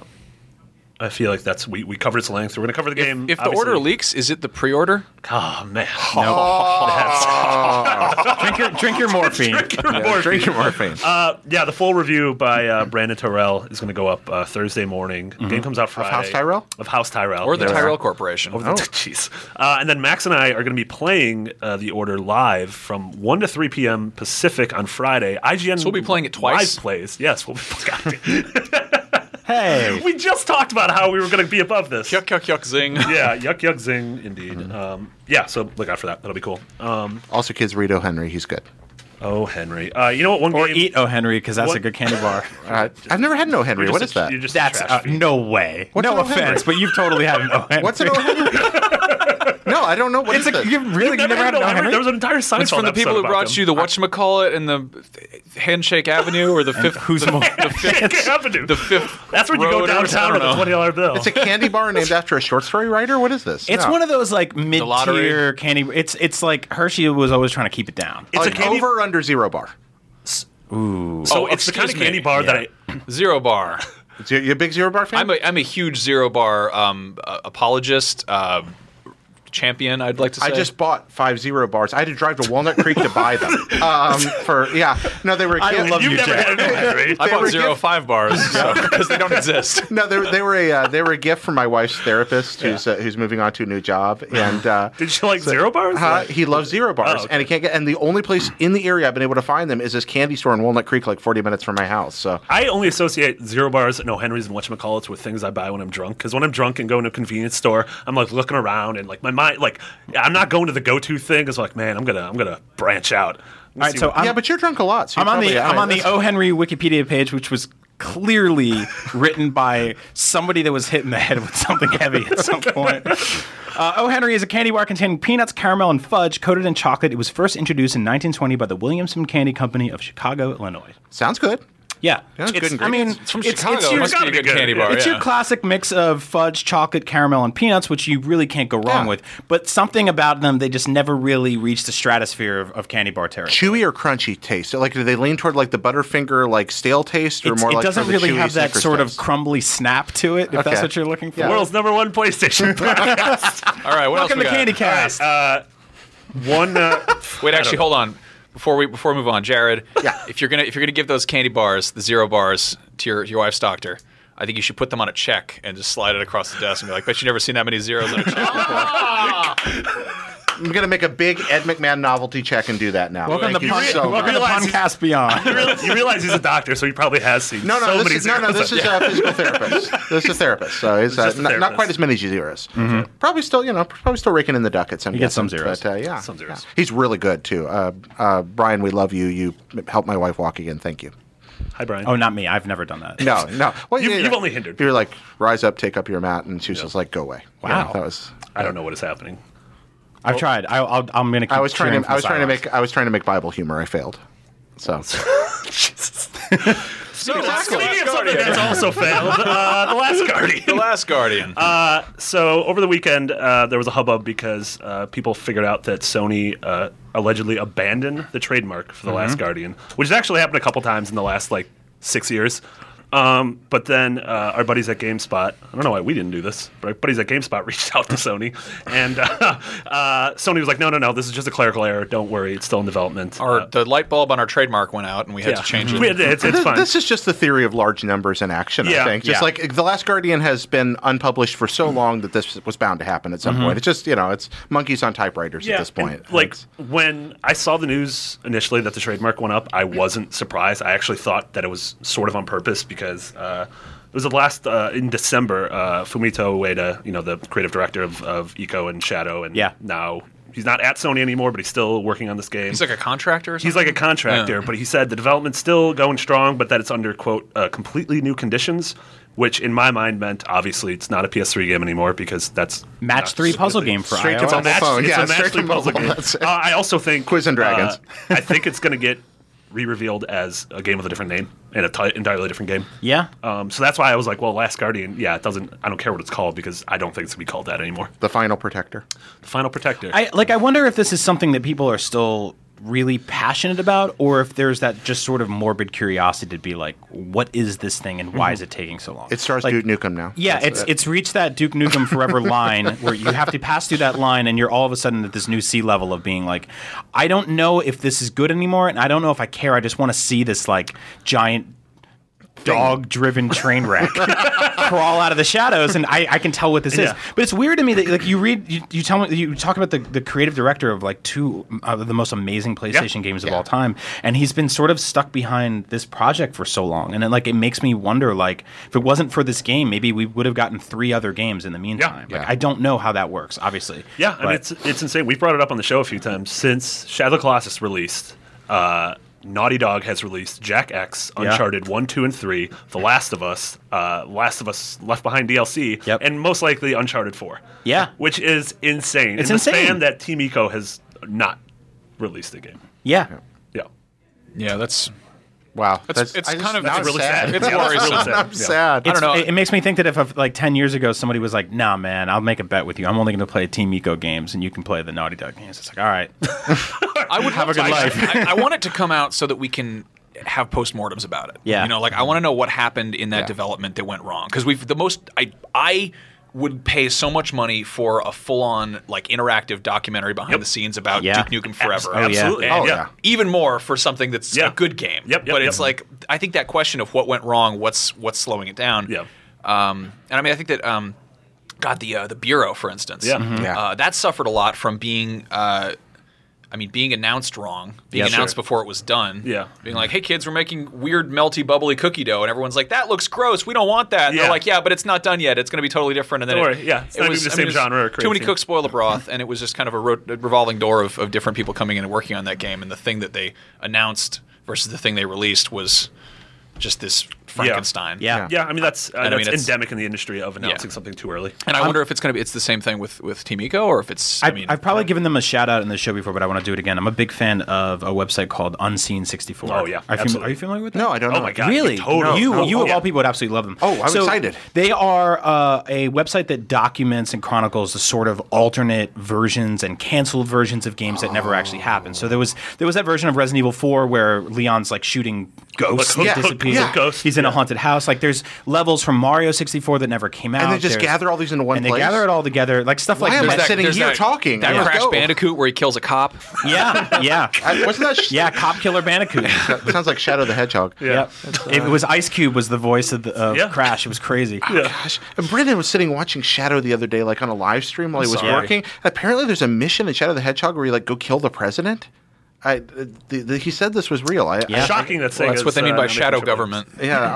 I feel like that's we, we covered its length. We're going to cover the game.
If the
obviously.
order leaks, is it the pre-order?
oh
[laughs]
man,
[laughs] drink your [laughs] drink your morphine.
Morphine.
Drink your morphine.
[laughs]
Uh, yeah, the full review by uh, Brandon Tyrell is going to go up uh, Thursday morning. Game comes out Friday.
House Tyrell?
Of House Tyrell.
Mm-hmm. Or the
yeah.
Tyrell Corporation?
Over the- Jeez. Uh, and then Max and I are going to be playing uh, the order live from 1 to 3 p.m. Pacific on Friday. IGN.
So we'll be playing it twice?
Live plays. Yes. We'll be, [laughs] God,
Uh, Hey,
we just talked about how we were going to be above this.
yuck, Mm-hmm. yuck, yuck, zing.
Yeah. Yuck, yuck, zing, indeed. Um, yeah. So look out for that. That'll be cool. Um,
also, kids read O. Henry. He's good.
oh, Henry. Uh, you know what? One
or
game.
eat O Henry because that's
What?
a good candy bar.
Uh, I've never had an O. Henry.
you're
What
just
is
a-
that?
You're [laughs] just a
That's
trash
uh,
feed.
no way.
What's
no
an O. Henry?
offense, but you've totally had an O
[laughs]
Henry.
What's an O. Henry? no, I don't know. What
It's
is
like
it?
you've really
Never
never had an O Henry.
There was an entire Seinfeld
It's from the people
episode
who
about
brought
them. [laughs]
you the whatchamacallit and the Handshake Avenue or the fifth.
who's
the,
more-
the fifth?
Avenue.
The fifth.
That's when you go
road or- I
downtown with
don't
a
know.
twenty dollar bill.
It's a candy bar [laughs] named after a short story writer. What is this?
It's
No.
one of those like mid tier
lottery.
candy. It's it's like Hershey was always trying to keep it down.
It's a
An
candy-
over or under zero bar.
So
oh, it's the kind of
excuse me.
candy bar that I.
Zero bar.
You you a big zero bar fan?
I'm a, I'm a huge zero bar um, uh, apologist, uh, champion. I'd like to say.
I just bought five zero bars. I had to drive to Walnut Creek to buy [laughs] them. Um, for yeah, no, they were.
I
gift-
love
You've
you,
never
Jack.
had an Henry.
[laughs] I
they
bought
were
zero
gift-
five bars [laughs] because they don't exist.
No, they, they were a uh, they were a gift from my wife's therapist, who's uh, who's moving on to a new job, and uh,
Did she like zero bars?
uh, he loves zero bars,
Oh, okay.
and he can't get. And the only place in the area I've been able to find them is this candy store in Walnut Creek, like forty minutes from my house. So
I only associate zero bars, no Henrys, and whatchamacallits with things I buy when I'm drunk. Because when I'm drunk and going to a convenience store, I'm like looking around and like my mind, like I'm not going to the go-to thing. It's like, man, I'm gonna, I'm gonna branch out. All
right, so I'm-
yeah, but you're drunk a lot. So
I'm
you
on the
probably-
I'm on the
that's-
O Henry Wikipedia page, which was clearly
[laughs]
written by somebody that was hit in the head with something heavy
[laughs]
at some point. Uh, o Henry is a candy bar containing peanuts, caramel, and fudge coated in chocolate. It was first introduced in 1920 by the Williamson Candy Company of Chicago, Illinois.
sounds good.
Yeah,
Yeah, it's good
I mean,
ingredients.
It's from
it's,
Chicago.
it's
it
your,
must be a
gotta
good
be good.
candy bar.
it's
yeah.
your classic mix of fudge, chocolate, caramel, and peanuts, which you really can't go wrong
Yeah.
with. But something about them, they just never really reached the stratosphere of, of candy bar territory.
Chewy or crunchy taste? Like, do they lean toward like the Butterfinger, like stale taste, or
It's-
more
it
like
doesn't
for the
really
chewy
have that
Snickers
sort of
taste?
crumbly snap to it, if that's
Okay.
what you're looking for.
Yeah.
world's number one PlayStation
[laughs]
podcast.
All right, what
Welcome
else we
to
got?
Candy Cast.
uh,
one. Uh, [laughs]
Wait, actually, hold on. Before we before we move on, Jared. [laughs]
Yeah.
If you're gonna if you're gonna give those candy bars, the zero bars, to your, your wife's doctor, I think you should put them on a check and just slide it across the desk and be like, "Bet you never seen that many zeros on a [laughs] check."
I'm gonna make a big Ed McMahon novelty check and do that now.
welcome to
Thank you
Pun-
so
welcome to
much.
Realize-
Podcast Beyond.
you realize he's a doctor, so he probably has seen
No, no,
so
this
many
is, no, no,
zeros.
this is a physical therapist. This is a therapist, so he's uh,
just a
not, not
therapist. Mm-hmm.
quite as many zeros. Probably still, you know, probably still raking in the ducats. I'm
He gets
guessing,
some zeros.
but, uh, yeah,
Some zeros.
yeah. He's really good too. Uh, uh, Brian, we love you. You helped my wife walk again. Thank you.
Hi, Brian.
oh, not me. I've never done that.
No, no. Well,
You've- you've only hindered.
You're like rise up, take up your mat, and she was just like, go away.
Wow.
that was.
I don't know what is happening.
I've tried. I, I'll, I'm going to keep
I was trying
cheering
to.
from
I was
the
trying to
sidelines.
make. I was trying to make Bible humor. I failed. So
so
Speaking of something that's also failed, uh, the last
The
[laughs]
Guardian.
Last Guardian.
Uh, So over the weekend, uh, there was a hubbub because uh, people figured out that Sony uh, allegedly abandoned the trademark for the Last Guardian, which has actually happened a couple times in the last like six years. Um, but then uh, our buddies at GameSpot, I don't know why we didn't do this, but our buddies at GameSpot [laughs] reached out to Sony, and uh, [laughs] uh, Sony was like, "No, no, no, this is just a clerical error. Don't worry, it's still in development."
our
Uh,
the light bulb on our trademark went out, and Mm-hmm. we had
yeah.
to change it.
We had- It's, it's
Th-
fine.
[laughs] This is just the theory of large numbers in action,
Yeah,
I think. Just
yeah.
like The Last Guardian has been unpublished for so long that this was bound to happen at some point. It's just, you know, it's monkeys on typewriters at this point.
Mm-hmm. and, like
It's-
when I saw the news initially that the trademark went up, I wasn't surprised. I actually thought that it was sort of on purpose because uh, it was the last uh, in December. Uh, Fumito Ueda, you know, the creative director of, of Eco and Shadow, and
Yeah.
now he's not at Sony anymore, but he's still working on this game.
He's like a contractor. Or
He's
something?
like a contractor, but he said the development's still going strong, but that it's under quote uh, completely new conditions, which in my mind meant obviously it's not a PS3 game anymore because that's
Match
not
three puzzle
specifically-
game for
Straight to
iOS.
mobile.
match-
phone.
It's
Yeah,
a match
straight
three
to
puzzle
mobile,
game.
that's it.
Uh, I also think
Quiz and Dragons.
uh, I think it's going to get re-revealed as a game with a different name and a ti entirely different game.
Yeah.
Um, so that's why I was like, well, Last Guardian, yeah, it doesn't. I don't care what it's called because I don't think it's going to be called that anymore.
the Final Protector.
The Final Protector.
I like. I wonder if this is something that people are still really passionate about, or if there's that just sort of morbid curiosity to be like, what is this thing and why is it taking so long?
Mm-hmm. It stars
like,
Duke Nukem now.
Yeah, it's it's reached that Duke Nukem Forever line where you have to pass through that line, and you're all of a sudden at this new sea level of being like, I don't know if this is good anymore, and I don't know if I care. I just want to see this like giant dog-driven train wreck crawl out of the shadows, and I, I can tell what this
Yeah.
is. But it's weird to me that like you read, you, you tell me, you talk about the, the creative director of like two of the most amazing PlayStation games of all time, and he's been sort of stuck behind this project for so long, and it, like it makes me wonder, like if it wasn't for this game, maybe we would have gotten three other games in the meantime. Like
Yeah.
I don't know how that works, obviously.
Yeah, and
But-
it's it's insane. We've brought it up on the show a few times since Shadow of the Colossus released. Uh, Naughty Dog has released Jack X,
Yeah.
Uncharted One, Two, and Three, The Last of Us, uh, Last of Us Left Behind DLC,
Yep.
and most likely Uncharted Four.
Yeah.
which is insane.
It's
In the
insane.
span that Team Eco has not released a game.
yeah.
Yeah,
Yeah, that's
Wow,
That's- it's
I just-
kind of-
now
that's
I'm
really
sad.
sad. It's
Yeah, that's
worrisome.
really sad.
I'm
Yeah.
[laughs] sad.
don't know.
It, it makes me think that if, if like 10 years ago somebody was like, nah, man, I'll make a bet with you. I'm only going to play Team Eco games and you can play the Naughty Dog games. It's like,
[laughs]
all right.
I would have
a good life.
I, I want it to come out so that we can have postmortems about it.
Yeah.
you know, like I want to know what happened in that
Yeah.
development that went wrong because we've the most. I I would pay so much money for a full-on like interactive documentary behind the scenes about
Yeah.
Duke Nukem Forever.
Oh, yeah.
absolutely. yeah.
Oh, yeah.
Even more for something that's
Yeah.
a good game.
Yep, yep,
but it's
yep.
like I think that question of what went wrong, what's what's slowing it down.
Yeah.
Um, and I mean, I think that um, God, the uh, the Bureau, for instance,
Yeah. Mhm.
Yeah.
Uh, that suffered a lot from being. Uh, I mean, being announced wrong, being
Yeah,
announced
sure.
before it was done.
Yeah.
Being like, hey, kids, we're making weird, melty, bubbly cookie dough. And everyone's like, that looks gross. We don't want that. And
Yeah.
they're like, yeah, but it's not done yet. It's going to be totally different. And then
Don't
it-
worry. Yeah, it's
it
not
was-
even the
I
same
mean, it was
genre or
Too many
creatine.
cooks spoil the broth. And it was just kind of a ro- revolving door of, of different people coming in and working on that game. And the thing that they announced versus the thing they released was just this Frankenstein.
Yeah.
Yeah, I mean that's uh,
And I
that's
mean, it's-
endemic in the industry of announcing something too early.
And I wonder if it's going to be it's the same thing with with Team Eco or if it's I,
I've,
mean
I've probably given them a shout out in the show before, but I want to do it again. I'm a big fan of a website called Unseen64.
Oh, yeah,
Are, you fam-
absolutely.
are you familiar with that?
No, I don't know.
Oh my God.
Really?
Totally.
You,
No,
you
no,
of
yeah.
all people would absolutely love them.
Oh, I'm
So
excited.
They are uh, a website that documents and chronicles the sort of alternate versions and canceled versions of games that never actually happened. So there was there was that version of Resident Evil 4 where Leon's like shooting ghosts
Hook-
that
hook-
disappear.
hook ghosts,
He's in a
yeah.
haunted house. Like there's levels from Mario 64 that never came out.
And they just
There's-
gather all these into one
and
place?
they gather it all together. Like stuff
Why
like
am
there's
I
that-
sitting here talking?
that
Yeah.
Crash
Go.
Bandicoot where he kills a
[laughs]
cop.
[laughs] Yeah, yeah.
I,
[laughs]
wasn't that? Sh-
Yeah, Cop Killer Bandicoot.
that sounds like Shadow the Hedgehog.
Yep. It was Ice Cube was the voice of, the, of
uh, Yeah.
Crash. It was crazy.
Gosh, and Brendan was sitting watching Shadow the other day, like on a live stream while he was
Sorry.
working. Apparently, there's a mission in Shadow the Hedgehog where you like go kill the president. I, the, the, he said this was real. I,
Yeah.
Shocking that
Well,
saying.
that's what
is,
they mean
uh,
by
not making
shadow
sure-
government.
I, yeah.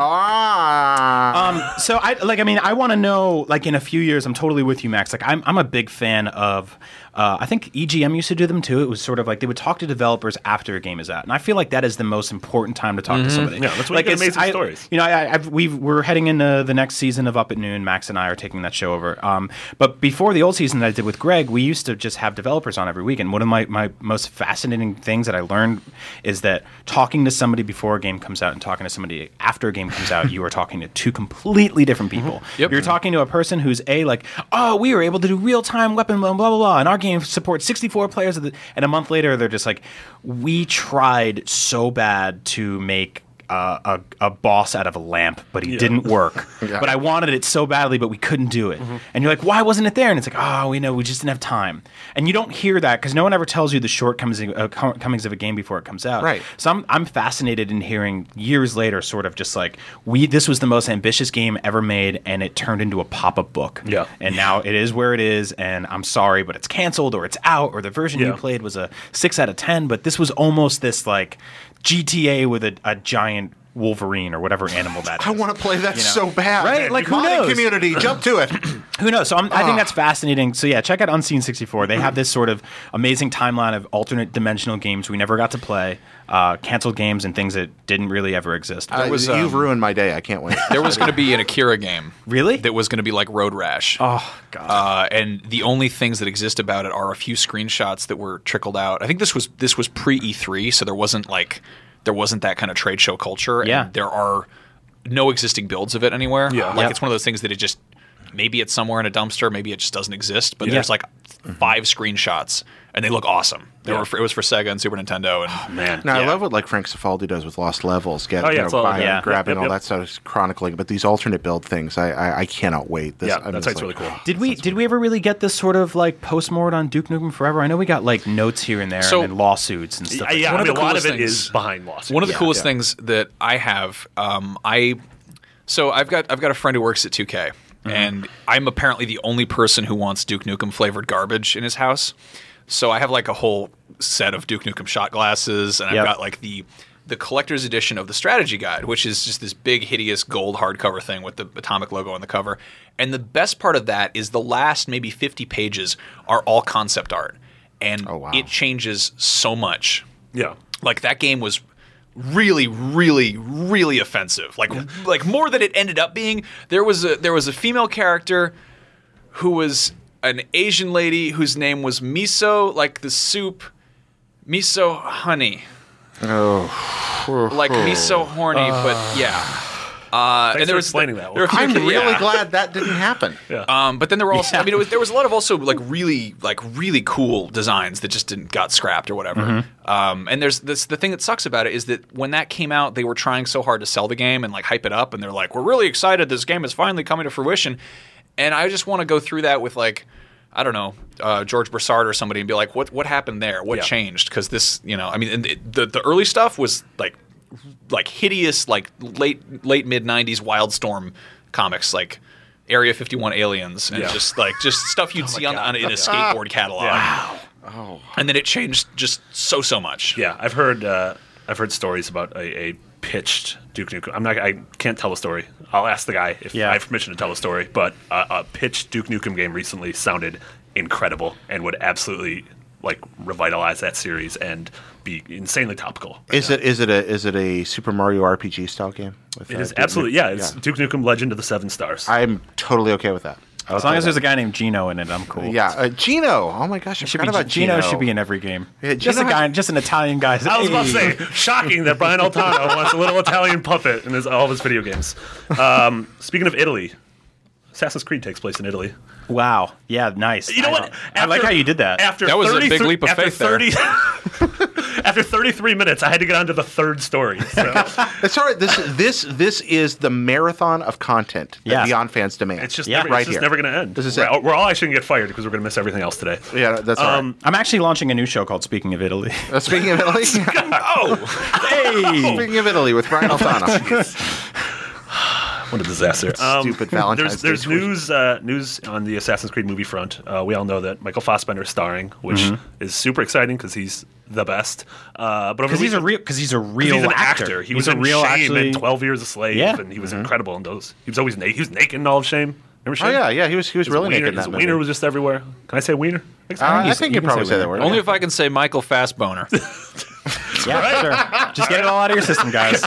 Ah.
Um, so I like. I mean, I want to know. Like in a few years, I'm totally with you, Max. Like I'm, I'm a big fan of. Uh, I think EGM used to do them too. It was sort of like they would talk to developers after a game is out, and I feel like that is the most important time to talk to somebody.
Mm-hmm. Yeah, that's when you
like
get
it's-
amazing
I-
stories.
You know, I, I've, we've, we're heading into the next season of Up at Noon. Max and I are taking that show over. Um, but before the old season that I did with Greg, we used to just have developers on every week. And one of my, my most fascinating things that I learned is that talking to somebody before a game comes out and talking to somebody after a game comes out, [laughs] you are talking to two completely different people.
Yep.
You're talking to a person who's a like, oh, we were able to do real time weapon blah blah blah, blah, and our game supports 64 players. Of the, and a month later, they're just like, we tried so bad to make uh, a, a boss out of a lamp, but he didn't work. But I wanted it so badly, but we couldn't do it. And you're like, why wasn't it there? And it's like, oh, we know, we just didn't have time. And you don't hear that because no one ever tells you the shortcomings uh, com- comings of a game before it comes out.
Right.
So I'm, I'm fascinated in hearing years later, sort of just like, we this was the most ambitious game ever made, and it turned into a pop up book.
Yeah.
And now it is where it is, and I'm sorry, but it's canceled or it's out, or the version you
Yeah.
played was a six out of 10, but this was almost this like GTA with a, a giant wolverine or whatever animal that is.
I want to play that so bad.
Right? Like, who
Modding
knows?
Community, jump to it.
Who knows? So I'm,
Ah.
I think that's fascinating. So yeah, check out Unseen 64. They
Mm-hmm.
have this sort of amazing timeline of alternate dimensional games we never got to play, uh, canceled games, and things that didn't really ever exist.
Uh,
was,
you've
um,
ruined my day. I can't wait.
There was going to be an Akira game.
Really?
That was going to be like Road Rash.
oh god.
Uh, and the only things that exist about it are a few screenshots that were trickled out. I think this was this was pre E3, so there wasn't like there wasn't that kind of trade show culture.
Yeah.
And there are no existing builds of it anywhere.
Yeah.
Like
Yep.
it's one of those things that it just Maybe it's somewhere in a dumpster. Maybe it just doesn't exist. But
Yeah.
there's like five screenshots, and they look awesome. They were for, it was for Sega and Super Nintendo.
Oh,
And
Man.
[laughs] Now I
Yeah.
love what like Frank Cifaldi does with Lost Levels, get
Oh, yeah,
you know,
it's all-
buying,
yeah.
grabbing
Yep,
all
yep,
that stuff, it's chronicling. But these alternate build things, I I, I cannot wait. This,
yeah,
I mean,
that's
it's
why it's really
like-
cool.
Did we did we ever really get this sort of like postmort on Duke Nukem Forever? I know we got like notes here and there
So-
and then lawsuits and stuff.
Yeah,
like
yeah,
One
I
of
mean, a
the
lot of
coolest
it is
things-
behind lawsuits.
One of the
Yeah.
coolest things that I have, um, I so I've got I've got a friend who works at 2K, and I'm apparently the only person who wants Duke Nukem flavored garbage in his house. So I have like a whole set of Duke Nukem shot glasses, and
Yep.
I've got like the the collector's edition of the strategy guide, which is just this big hideous gold hardcover thing with the atomic logo on the cover. And the best part of that is the last maybe 50 pages are all concept art, and
wow.
it changes so much
Yeah.
like that game was really really really offensive like like more than it ended up being there was a there was a female character who was an asian lady whose name was miso like the soup miso honey oh like miso horny but yeah uh,
Thanks
and
for
there was
explaining that
there were a few-
I'm
[laughs]
really
yeah.
glad that didn't happen.
Um, but then there were also, I mean, it was, there was a lot of also like really, like really cool designs that just didn't got scrapped or whatever. Um, and there's this, the thing that sucks about it is that when that came out, they were trying so hard to sell the game and like hype it up, and they're like, "We're really excited. This game is finally coming to fruition." And I just want to go through that with like, I don't know, uh, George Broussard or somebody, and be like, "What what happened there? What
Yeah.
changed?" Because this, you know, I mean, and it, the the early stuff was like like hideous like late late mid 90s wildstorm comics like area 51 aliens and
Yeah. Oh
just like
[laughs]
just stuff you'd see on, on in a skateboard catalog
Yeah. Oh.
and then it changed just so so much
Yeah, I've heard uh, I've heard stories about a, a pitched Duke Nukem. I'm not I can't tell a story. I'll ask the guy if
Yeah.
I have permission to tell a story. But uh, a pitched Duke Nukem game recently sounded incredible and would absolutely like revitalize that series and be insanely topical.
Is it is it a is it a Super Mario RPG style game? With,
It
uh,
is
Duke
absolutely
Nukem?
yeah. It's Duke Nukem Legend of the Seven Stars.
I'm totally okay with that. Oh,
that. As long as there's a guy named Gino in it, I'm cool.
Yeah, uh, Gino. Oh my gosh, I
Should
forgot
be,
about
Gino,
Gino.
should be in every game.
Yeah,
just a
Gino
guy,
has-
just an Italian guy.
I was about to say, shocking that Brian Altano wants a little Italian puppet in his, all of his video games. Um, speaking of Italy, Assassin's Creed takes place in Italy.
Wow. Yeah. Nice.
You know
I-
what?
I like
After-
how you did that.
After
That was a big
33
leap of
after
faith there.
[laughs] after 33 minutes, I had to get on to the third story. So
It's all right. This this this is the marathon of content that
Yeah.
Beyond fans demand.
it's just
Yeah.
never, it's
Right
just
here.
never going to end.
This is
we're,
it.
all- we're all actually going to get fired because we're going to miss everything else today.
yeah, that's all
Um,
right.
I'm actually launching a new show called Speaking
[laughs]
of Italy.
Uh, speaking of Italy,
Oh,
[laughs] hey.
[laughs] speaking of Italy with Brian Altano.
[laughs] what a disaster!
[laughs]
[laughs]
Stupid Valentine's
Um, there's there's
Day tweet.
news uh, news on the Assassin's Creed movie front. Uh, we all know that Michael Fassbender is starring, which
Mm-hmm.
is super exciting because he's the best. Uh, but over
Because
the
he's a
weekend-
real. Because he's a
'Cause
real
he's an
actor.
actor. He was
he's a
in
real
Shame
actually.
in Twelve Years a Slave,
Yeah. Mm-hmm.
and he was incredible in those. He was always naked. He was naked in all of Shame. Remember Shame?
Oh yeah, yeah. He was he was
His
really
wiener,
naked in
his
that
wiener
movie.
was just everywhere. Can I say wiener?
Uh, I
You
think
can
you probably
say
say that
wiener.
word.
only if i can say michael fastboner
[laughs]
Yeah, sure. Just get it all out of your
[laughs]
system, guys.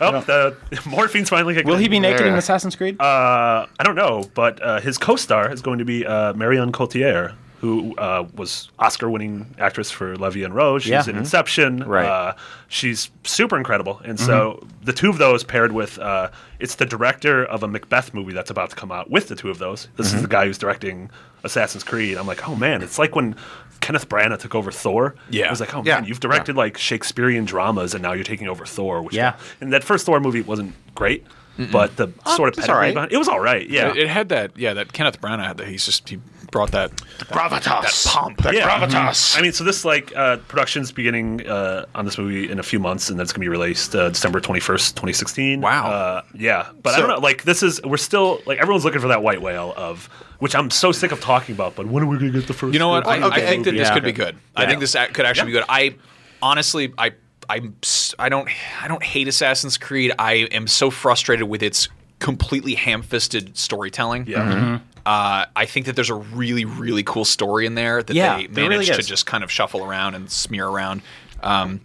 oh, the [laughs] morphine's finally kicking.
Will he be naked in
Yeah.
Assassin's Creed?
Uh, I don't know, but uh, his co-star is going to be uh, Marion Cotillard, who uh, was Oscar-winning actress for Levy and Rose. She's
Yeah.
in Inception.
Right.
Uh, she's super incredible, and so the two of those paired with uh, it's the director of a Macbeth movie that's about to come out with the two of those. This is the guy who's directing Assassin's Creed. I'm like, oh man, it's like when. Kenneth Branagh took over Thor.
Yeah.
I was like, oh
Yeah.
man, you've directed like Shakespearean dramas, and now you're taking over Thor. Which
Yeah.
and that first Thor movie wasn't great, but the sort of
it's
pedigree
all right.
behind- it was all right. Yeah,
it, it had that yeah that kenneth branagh had that he's just he brought that
gravitas. That pomp.
Yeah. mm-hmm.
gravitas.
I mean, so this like uh, production's beginning uh, on this movie in a few months, and that's gonna be released uh, December twenty first, twenty sixteen.
Wow.
Uh, yeah, but I
So-
don't know. Like this is we're still like everyone's looking for that white whale of which I'm so sick of talking about. But when are we gonna get the first?
You know what? I,
Godzilla
I
okay.
think that
movie?
this
Yeah.
could be good. I think this ac- could actually be good. I honestly, I, I'm, s- I don't, I don't hate Assassin's Creed. I am so frustrated with its completely ham-fisted storytelling.
Yeah.
Uh, I think that there's a really, really cool story in there that
Yeah,
they
there really
managed to
is.
just kind of shuffle around and smear around. Um,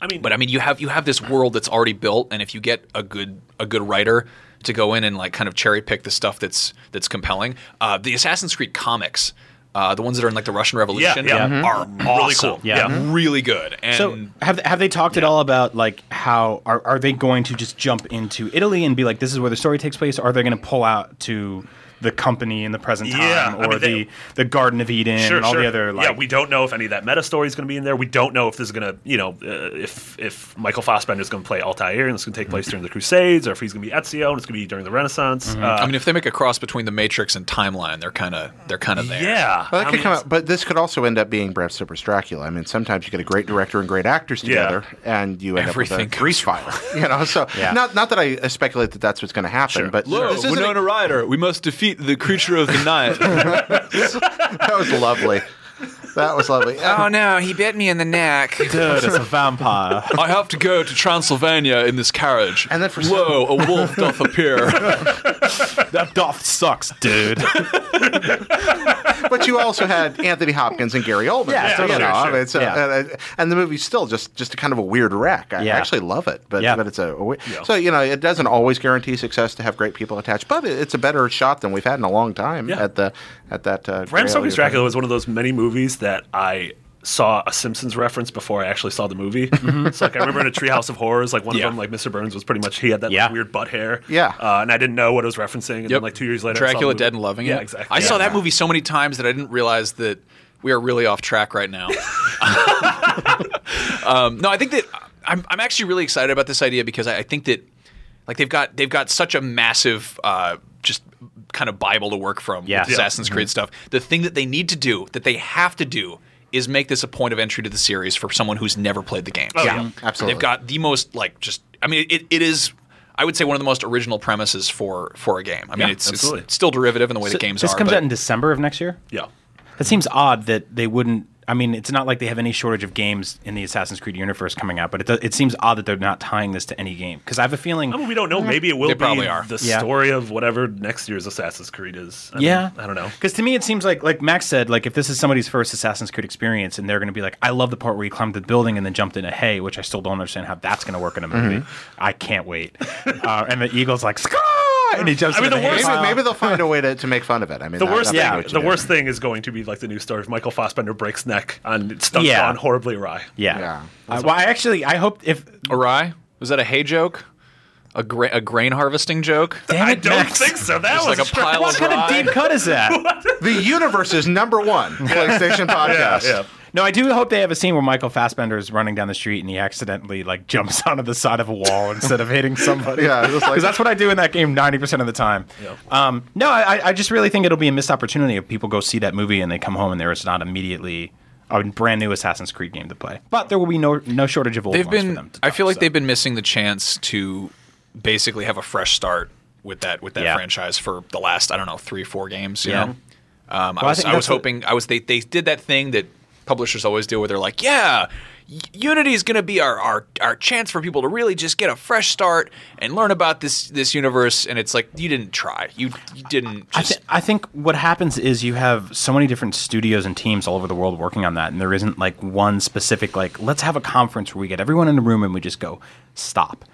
I mean,
but I mean, you have you have this world that's already built, and if you get a good a good writer to go in and like kind of cherry pick the stuff that's that's compelling, uh, the Assassin's Creed comics, uh, the ones that are in like the Russian Revolution,
yeah.
Mm-hmm.
Mhm.
are
really
awesome.
cool. Yeah.
really good. And
So have have they talked at all about like how are are they going to just jump into Italy and be like this is where the story takes place? Or are they going to pull out to the company in the present time
Yeah, I
or
mean, they-
the the Garden of Eden
sure,
and all
sure.
the other like
yeah, we don't know if any of that meta story is going to be in there. We don't know if this is going to, you know, uh, if if Michael Fassbender is going to play Altair and it's going to take place
Mm-hmm.
during the Crusades, or if he's going to be Ezio and it's going to be during the Renaissance.
I
Uh,
mean, if they make a cross between the Matrix and Timeline, they're kind of they're kind of there.
yeah,
Well, that
I
could
mean,
come out, but this could also end up being Bram Stoker's Dracula. I mean, sometimes you get a great director and great actors
Yeah.
together, and you end
Everything
up with
goes
a grease fire. [laughs] You know, so not not that I uh, speculate that that's what's going to happen,
Sure.
but
Lo,
this isn't-
Winona Ryder, we must defeat the creature of the night.
[laughs] that was lovely. That
[laughs]
was lovely.
[laughs]
Uh,
Oh no, he bit me in the neck.
[laughs] dude, it's
[laughs]
a vampire.
I have to go to Transylvania in this carriage.
And then for some-
Lo, a wolf
[laughs]
doth appear.
that doth sucks, dude.
but you also had Anthony Hopkins and Gary Oldman.
Yeah,
so, you
sure,
know, I
sure.
mean, so,
Yeah.
and, and the movie's still just just kind of a weird wreck. I
Yeah.
actually love it, but
Yeah.
but it's a, a we-
Yeah.
so you know it doesn't always guarantee success to have great people attached, but it, it's a better shot than we've had in a long time
Yeah.
at the at that. Uh,
Bram
Gray
Stoker's
Oldman.
Dracula was one of those many movies that I saw a Simpsons reference before I actually saw
[laughs]
the movie. So like I remember in a Treehouse of Horrors, like one
Mm-hmm. Yeah.
of them, like Mr. Burns was pretty much he had that like,
Yeah.
weird butt hair.
Yeah.
uh, and I didn't know what it was referencing. And
Yep.
then like two years later, I saw the
Dracula
movie.
Dead and Loving It.
Yeah, exactly.
I saw
Yeah.
that movie so many times that I didn't realize that we are really off track right
[laughs]
now. um, no, I think that I'm, I'm actually really excited about this idea because I, I think that like they've got they've got such a massive uh, just kind of bible to work from
Yeah.
with
Yeah.
Assassin's Creed
Mm-hmm.
stuff. The thing that they need to do that they have to do is make this a point of entry to the series for someone who's never played the game.
Oh, yeah.
Mhm. Absolutely.
They've got uh, the most like just. I mean, it, it is. I would say one of the most original premises for for a game. I mean,
Yeah,
it's, it's
absolutely.
still derivative in the way the games
this
are.
comes
but
out in December of next year.
Yeah.
That seems odd that they wouldn't. I mean, it's not like they have any shortage of games in the Assassin's Creed universe coming out, but it, do, it seems odd that they're not tying this to any game because I have a feeling.
I mean, we don't know. Maybe it will
They
be
probably are.
the
Yeah.
story of whatever next year's Assassin's Creed is. I mean,
yeah,
I don't know.
Because to me, it seems like, like Max said, like if this is somebody's first Assassin's Creed experience, and they're going to be like, "I love the part where he climbed the building and then jumped into hay," which I still don't understand how that's going to work in a movie. I can't wait. [laughs] uh, and the eagle's like, "Sky!" and he jumps
I mean,
into
the
the hay
worst-
pile.
Maybe, maybe they'll find a way to, to make fun of it. I mean,
The
I-
worst
I don't know
thing,
what you
the
do.
worst thing is going to be like the new story of Michael Fassbender breaks neck and stunts
Yeah.
on horribly awry.
Yeah.
Yeah.
Uh, well, I actually, I hope if
awry. Was that a hay joke? A, gra- a grain harvesting joke? [laughs]
Damn
I
it,
don't
Max.
think so. That
It's
was
like a pile
what
of
kind of
rye.
deep cut is that?
The universe is number one PlayStation
[laughs] yeah,
podcast.
yeah.
No, I do hope they have a scene where Michael Fassbender is running down the street and he accidentally like jumps [laughs] onto the side of a wall instead of hitting somebody.
Yeah, it was
because
like-
that's what I do in that game ninety percent of the time. Um, no, I, I- I just really think it'll be a missed opportunity if people go see that movie and they come home and there is not immediately a brand new Assassin's Creed game to play. But there will be no no shortage of old
They've
ones for
been.
them. To
I feel
talk,
like
so.
they've been missing the chance to basically have a fresh start with that with that
Yeah.
franchise for the last I don't know three four games. You
Yeah.
know, um, I was
I think
I, was
that's what-
hoping I was they they did that thing that publishers always do where they're like yeah. Y- Unity is going to be our, our our chance for people to really just get a fresh start and learn about this this universe. And it's like you didn't try, you, you didn't.
I,
Just,
th- I think what happens is you have so many different studios and teams all over the world working on that, and there isn't like one specific like let's have a conference where we get everyone in a room and we just go stop.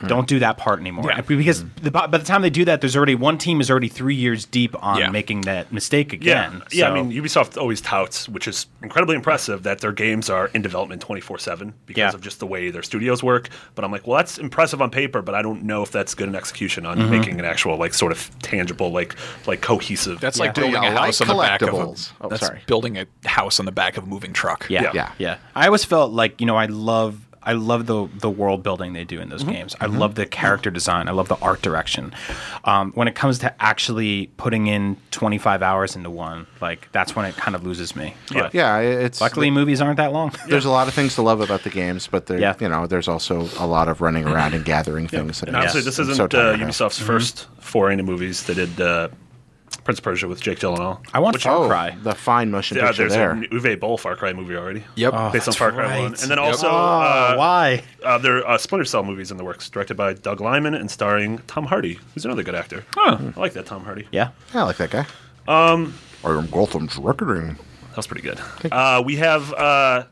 Hmm.
Don't do that part anymore
Yeah.
because the, by by the time they do that, there's already one team is already three years deep on
Yeah.
making that mistake
Yeah,
again.
yeah. I
So-
mean, Ubisoft always touts, which is incredibly impressive, that their games are in development twenty four seven because
Yeah.
of just the way their studios work. But I'm like, well, that's impressive on paper, but I don't know if that's good in execution on making an actual like sort of tangible, like like cohesive.
That's like
Do
building
y'all
a house
like
on the back of a.
collectibles? Oh,
that's
sorry.
building a house on the back of a moving truck.
Yeah.
Yeah.
yeah, I always felt like you know I love I love the the world building they do in those games. I love the character design. I love the art direction. Um, when it comes to actually putting in 25 hours into one, like that's when it kind of loses me. But
Yeah, i- it's
Luckily, movies aren't that long. [laughs]
There's a lot of things to love about the games, but there,
Yeah.
you know, there's also a lot of running around and gathering things.
And honestly,
Yes,
this
I'm
isn't
so
uh,
tired of
Ubisoft's first foray into movies. They did uh, Prince of Persia with Jake Gyllenhaal.
I want Far
oh,
Cry.
the fine motion
Yeah,
picture
there's
there.
a new Uwe Boll Far Cry movie already.
Yep. Oh,
based on
that's
Far Cry One, and
right.
then also uh,
why?
Uh, there are uh, Splinter Cell movies in the works, directed by Doug Lyman and starring Tom Hardy, who's another good actor. I like that Tom Hardy.
Yeah.
Yeah, I like that guy. Um, I am Gotham's recording.
that was pretty good. Uh, we have uh,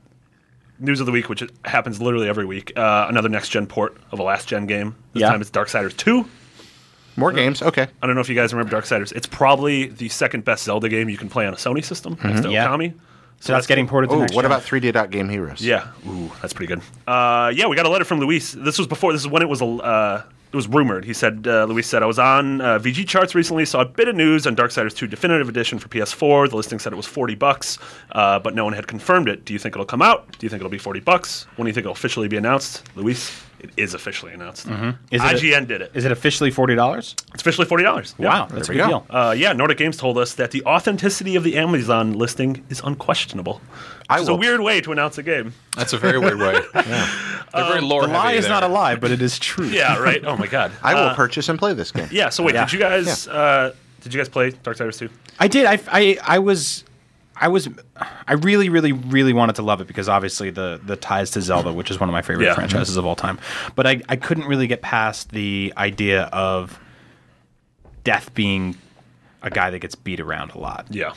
news of the week, which happens literally every week. Uh, another next gen port of a last gen game. This
Yeah.
time it's Darksiders Two. Uh,
More games, okay.
I don't know if you guys remember Darksiders. It's probably the second best Zelda game you can play on a Sony system next to
Mm-hmm. Yeah.
Okami.
So that's getting ported to
Oh,
next
what
gen.
about 3D Dot Game Heroes?
Yeah. Ooh, that's pretty good. Uh, yeah, we got a letter from Luis. This was before. This is when it was a. Uh, it was rumored. He said, uh, Luis said, I was on uh, VG charts recently, saw a bit of news on Darksiders 2 Definitive Edition for PS4. The listing said it was 40 bucks, uh, but no one had confirmed it. Do you think it'll come out? Do you think it'll be 40 bucks? When do you think it'll officially be announced? Luis, it is officially announced.
Mm-hmm. Is it a-
IGN did it.
Is it officially forty dollars?
It's officially $40. Yeah.
Wow, that's a
we
good
go.
deal.
Uh, yeah, Nordic Games told us that the authenticity of the Amazon listing is unquestionable.
I
It's a
will-
weird way to announce a game.
That's a very weird way.
[laughs]
Um, They're very lore
The lie
heavy
is
there.
not a lie, but it is true.
Yeah, right. Oh my god.
I will
Uh,
purchase and play this game.
yeah. So wait,
Yeah.
did you guys uh, did you guys play Darksiders 2?
I did. I, I, I was, I was, I really, really, really wanted to love it because obviously the the ties to Zelda, which is one of my favorite
Yeah.
franchises of all time. But I, I couldn't really get past the idea of death being a guy that gets beat around a lot.
Yeah.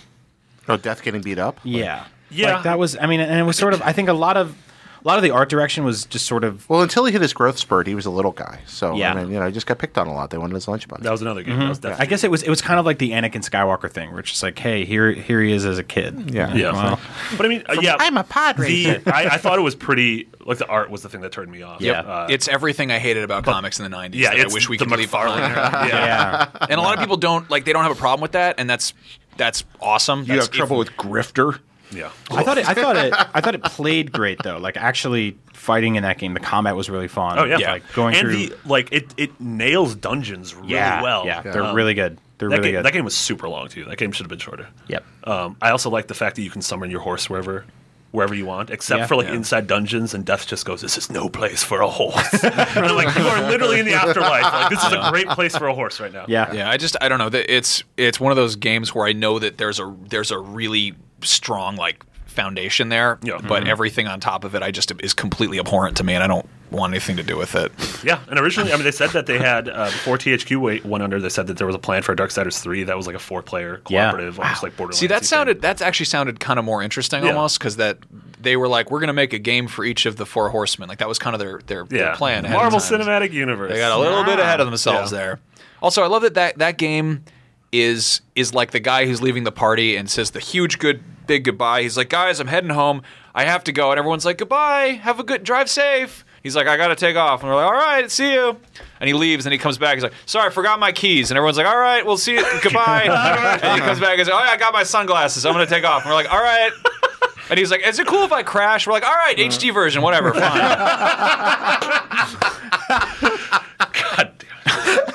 Oh, Death getting beat up.
Yeah.
Yeah.
Like that was. I mean, and it was sort of. I think a lot of, a lot of the art direction was just sort of.
Well, until he hit his growth spurt, he was a little guy. So
Yeah.
I mean, you know, he just got picked on a lot. They wanted his lunch money.
That was another game. That was definitely.
Mm-hmm. I guess it was. It was kind of like the Anakin Skywalker thing, where it's just like, hey, here, here he is as a kid.
Yeah.
Yeah.
Wow.
But I mean, uh, yeah.
I'm a pod
the,
racer.
I, I thought it was pretty. Like the art was the thing that turned me off.
Yep.
Uh,
it's everything I hated about comics in the 90s
yeah.
that I
It's
wish we
the
could leave behind.
McFarlane
[laughs]
era. yeah.
Yeah.
And a lot of people don't like they don't have a problem with that and that's that's awesome.
[laughs] You
That's-
have trouble with Grifter?
Yeah.
I thought it. I thought it. I thought it played great though. Like actually fighting in that game, the combat was really fun.
Oh yeah.
Yeah.
like going
and
through.
the like it it nails dungeons really
yeah,
well.
yeah, they're
Um,
really good. They're
That,
really
game,
good.
that game was super long too. That game should have been shorter.
Yep.
Um, I also like the fact that you can summon your horse wherever wherever you want, except
Yeah.
for like
Yeah.
inside dungeons and Death just goes, This is no place for a
[laughs]
horse. and I'm like, you are literally in the afterlife. Like this is a great place for a horse right now.
yeah,
Yeah, I just I don't know. The- It's it's one of those games where I know that there's a there's a really strong like foundation there,
Yeah. Mm-hmm.
but everything on top of it I just is completely abhorrent to me and I don't want anything to do with it.
Yeah, and originally, I mean, they said that they had uh, before THQ wa- went under. They said that there was a plan for Darksiders three that was like a four-player
Yeah.
cooperative, almost like Borderlands.
See, that sounded that actually sounded kind of more interesting
Yeah.
almost because that they were like we're going to make a game for each of the four horsemen. Like that was kind of their their, their
yeah,
plan. ahead of
Marvel
time.
Cinematic Universe.
They got a little bit ahead of themselves
Yeah.
there. Also, I love that, that that game is is like the guy who's leaving the party and says the huge good big goodbye. He's like, guys, I'm heading home. I have to go, and everyone's like, goodbye. Have a good drive safe. He's like, I gotta take off, and we're like, all right, see you. And he leaves, and he comes back. He's like, sorry, I forgot my keys. And everyone's like, all right, we'll see you. Goodbye. and he comes back and says, oh, yeah, I got my sunglasses. I'm gonna take off. And we're like, all right. And he's like, is it cool if I crash? We're like, all right, HD version, whatever, fine.
God damn.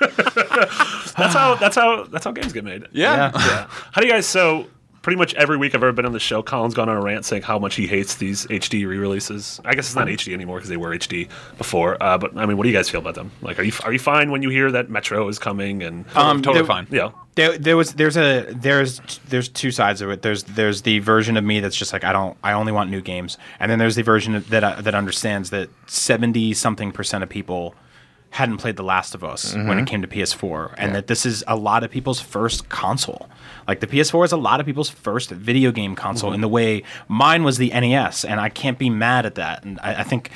[laughs] that's how that's how that's how games get made.
Yeah.
Yeah. How do you guys? So pretty much every week I've ever been on the show, Colin's gone on a rant saying how much he hates these HD re-releases. I guess it's not HD anymore because they were HD before. Uh, but I mean, what do you guys feel about them? Like, are you are you fine when you hear that Metro is coming and
totally
they-
fine.
yeah?
Um, There, there was there's a there's there's two sides of it. There's there's the version of me that's just like I don't I only want new games, and then there's the version of, that uh, that understands that seventy something percent of people hadn't played The Last of Us when it came to PS4, and that this is a lot of people's first console. Like the PS4 is a lot of people's first video game console in the way mine was the NES, and I can't be mad at that. And I, I think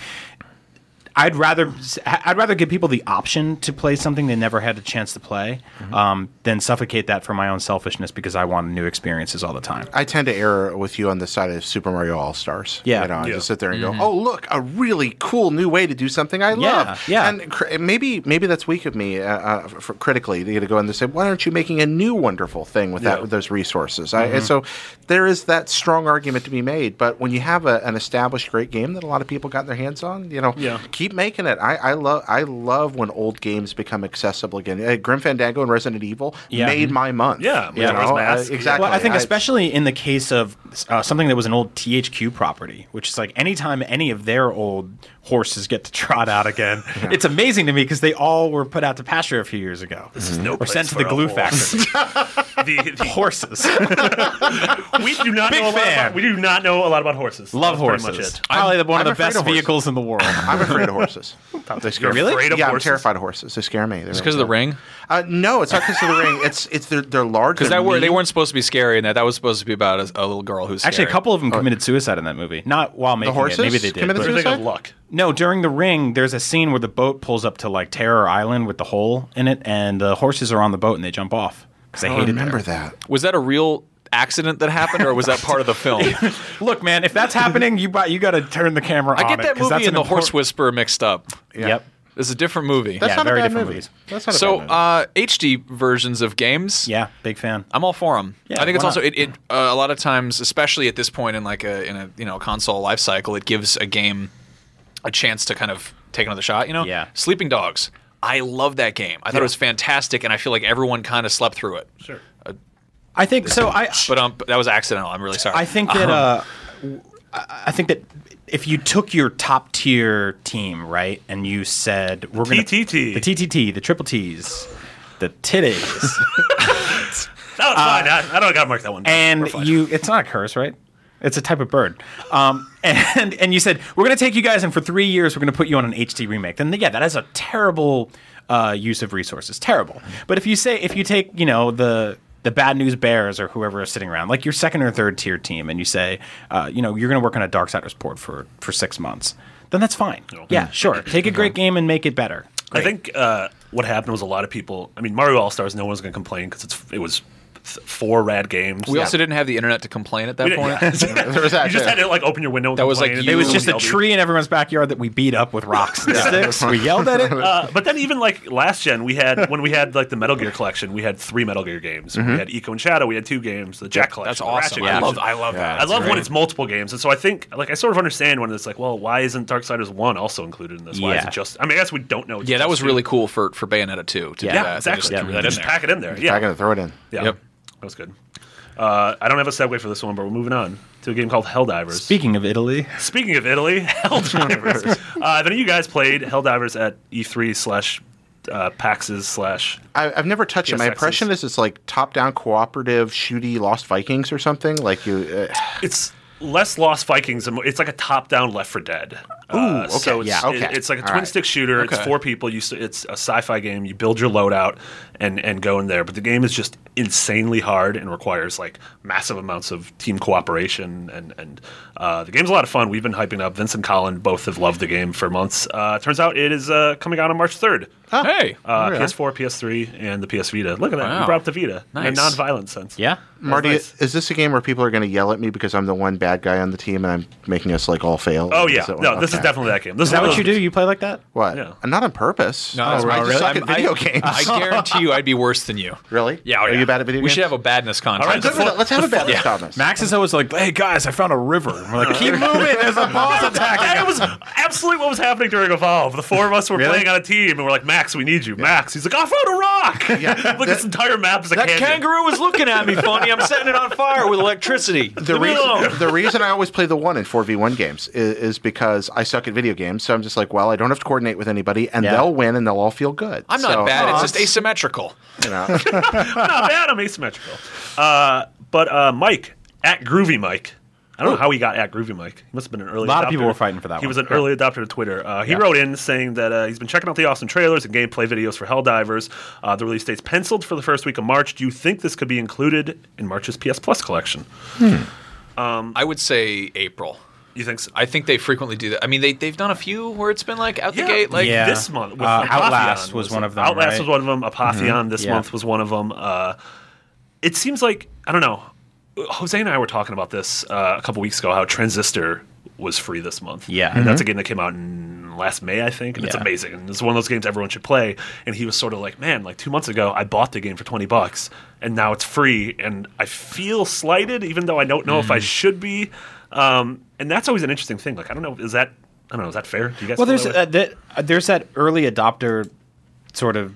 I'd rather I'd rather give people the option to play something they never had a chance to play,
Mm-hmm.
um, than suffocate that for my own selfishness because I want new experiences all the time.
I tend to err with you on the side of Super Mario All Stars.
Yeah. Mm-hmm.
you know, I
Yeah.
just sit there and go, "Oh, look, a really cool new way to do something I
Yeah,
love."
yeah.
and cr- maybe maybe that's weak of me uh, uh, for critically to go in and say, "Why aren't you making a new wonderful thing with that
Yeah.
with those resources?" I,
Mm-hmm.
and so there is that strong argument to be made. But when you have a, an established great game that a lot of people got their hands on, you know,
Yeah.
keep making it. I, I love I love when old games become accessible again. Uh, Grim Fandango and Resident Evil
Yeah. Mm-hmm.
made my month.
Yeah,
you
yeah.
know,
Majora's
uh,
Mask.
exactly.
Well, I think especially in the case of uh, something that was an old THQ property, which is like anytime any of their old horses get to trot out
[laughs]
again, it's amazing to me because they all were put out to pasture a few years ago
This is no
Mm-hmm. or
place
sent to
for
the
a
glue
horse.
factory.
the, [laughs] the
horses
we do not
[laughs] Big
know a lot
fan.
about, we do not know a lot about horses.
love
That's pretty
horses.
Much it.
Probably the one
I'm
of the
afraid
best
of horses.
vehicles in the world.
[laughs]
I'm afraid of [laughs] horses. they scare me.
You're Afraid of
yeah,
horses?
I'm terrified of horses. They scare me.
Because of the ring.
Uh, no, it's not because of the ring. It's it's they're, they're large.
Because
they're
that were they
mean.
weren't supposed to be scary, and that that was supposed to be about a, a little girl who's
Actually, a
scary.
couple of them committed suicide in that movie. Not while making
horses
it. Maybe they did.
committed
but-
You're thinking of
Suicide?
luck.
No, during the ring, there's a scene where the boat pulls up to like Terror Island with the hole in it, and the horses are on the boat and they jump off because they
I
hated
remember
there.
that.
Was that a real accident that happened, or was that part of the
[laughs]
film?
Look, man, if that's happening, you bu- you got to turn the camera.
I
on
get
it,
that movie
'cause that's
and the
an
Horse
important-
Whisperer mixed up.
Yep.
It's a different movie.
That's
Yeah,
not
very
a bad
different
movie.
movies.
That's not a
so
bad movie.
uh, HD versions of games.
Yeah, big fan.
I'm all for them.
Yeah,
I think it's
why
also
not?
it, it uh, a lot of times, especially at this point in like a in a you know console life cycle, it gives a game a chance to kind of take another shot. You know,
Yeah.
Sleeping Dogs. I love that game. I thought it was fantastic, and I feel like everyone kind of slept through it. Sure.
I think so. I
But um, that was accidental. I'm really sorry.
I think that uh,
Uh-huh.
I I think that if you took your top tier team right and you said we're going
TTT.
the TTT the triple T's the titties
That was fine. I, I don't got to mark that one. down. We're
Uh, and
fine.
you it's not a curse right it's a type of bird um, [laughs] and and you said we're going to take you guys and for three years we're going to put you on an hd remake then yeah that is a terrible uh, use of resources terrible but if you say if you take you know the the bad news bears or whoever is sitting around like your second or third tier team and you say uh, you know you're going to work on a darksiders port for for six months then that's fine yeah sure take a great game and make it better
I think uh, what happened was a lot of people. I mean, Mario All Stars. No one's going to complain because it's it was th- four rad games.
we also didn't have the internet to complain at that
[laughs]
point.
there was that
you just
too.
had to like open your window. and
That was, like,
complain, and
you
it
people
was just a
yelled at you.
tree in everyone's backyard that we beat up with rocks and sticks we yelled at
[laughs]
it
Uh, but then even like last gen, we had when we had like the Metal Gear collection, we had three Metal Gear games. We had Eco and Shadow. We had two games. The Jack collection.
Mm-hmm. That's
the
awesome.
Ratchet
I love.
collection.
I love that.
I love when it's multiple games, and so I think like I sort of understand when it's like, well, why isn't Darksiders One also included in this? Why is
Yeah.
it just? I mean, I guess we don't know.
[laughs]
it's
Yeah, that
just
was
two.
really cool for for Bayonetta 2. To do
Yeah,
that. They
exactly.
Just
Yeah,
threw
you
that in
just
there.
pack it in there.
I'm
Yeah,
gonna throw it in.
yeah.
Yep.
That was good. Uh, I don't have a segue for this one, but we're moving on to a game called Helldivers.
Speaking of Italy,
Speaking of Italy, [laughs] Helldivers. uh, have any of you guys played Helldivers at E3 slash uh, PAX's slash?
I, I've never touched it. My
PSXs.
impression is it's like top-down cooperative, shooty Lost Vikings or something. Like you, uh,
It's less Lost Vikings. and more- It's like a top-down Left for Dead. Ooh, okay, so it's,
yeah,
it-
okay.
it's like a
All right.
twin-stick shooter. It's
Okay.
four people. You, s- it's a sci-fi game. You build your loadout and and go in there. But the game is just insanely hard and requires like massive amounts of team cooperation. And and uh, the game's a lot of fun. We've been hyping up. Vince and Colin both have loved the game for months. Uh, turns out it is uh, coming out on March third.
Oh,
Hey.
Uh, PS4, PS3, and the PS Vita. Look at that.
Wow.
We brought up the Vita in a
Nice.
non-violent sense.
yeah,
Marty,
nice.
is this a game where people are going to yell at me because I'm the one bad guy on the team and I'm making us like all fail?
Oh yeah.
Is that what-
No, this is
okay.
definitely that game. This
is that
one of
what you
those-
do? You play like that?
what?
Yeah.
Not on purpose.
No,
I
that's
just
really?
suck at
I'm-
video
I,
games. [laughs]
I [laughs] guarantee you, I'd be worse than you.
really?
Yeah. oh,
Are
yeah.
you bad at video
We
games?
should have a badness contest.
All right,
Good for that. Let's have a bad yeah. Thomas.
Max is always like, "Hey guys, I found a river." And we're [laughs] like, "Keep moving, there's a boss
[laughs]
attacking."
That was absolutely what was happening during Evolve. The four of us were
Really?
playing on a team, and we're like, "Max, we need you." Max, he's like, "I
[laughs]
found a rock." [laughs] Look, this entire map is a
That
canyon.
kangaroo was looking at me funny. I'm setting it on fire with electricity.
the
Leave me alone.
reason the reason I always play the one in four v one games is, is because I suck at video games. So I'm just like, well, I don't have to coordinate with anybody, and
Yeah.
they'll win, and they'll all feel good.
I'm not
So- uh,
bad. It's just asymmetrical.
You know.
Not bad. I'm asymmetrical. Uh, but uh, Mike at Groovy Mike. I don't know how he got at Groovy Mike. He must have been an early.
A lot of people
adopter.
were fighting for that
He
one.
was an early adopter of Twitter. Uh, he wrote in saying that uh, he's been checking out the awesome trailers and gameplay videos for Helldivers. Uh, the release date's penciled for the first week of March. Do you think this could be included in March's PS Plus collection?
I would say April.
You think so?
I think they frequently do that. I mean, they they've done a few where it's been like out the
Yeah.
gate, like
Yeah.
this month. with
Uh,
Apotheon
Outlast was one of them,
Outlast
right? Mm-hmm.
was one of them. Apotheon this
Yeah.
month was one of them. Uh, it seems like I don't know. Jose and I were talking about this uh, a couple weeks ago. How Transistor was free this month.
Yeah. Mm-hmm.
and that's a game that came out in last May, I think, and it's
Yeah.
amazing. And it's one of those games everyone should play. And he was sort of like, "Man, like two months ago, I bought the game for twenty bucks, and now it's free, and I feel slighted, even though I don't know if
Mm.
I should be." Um, and that's always an interesting thing. Like, I don't know, is that I don't know, is that fair? Do you guys?
Well,
feel
there's
that way?
uh, that, uh, there's that early adopter sort of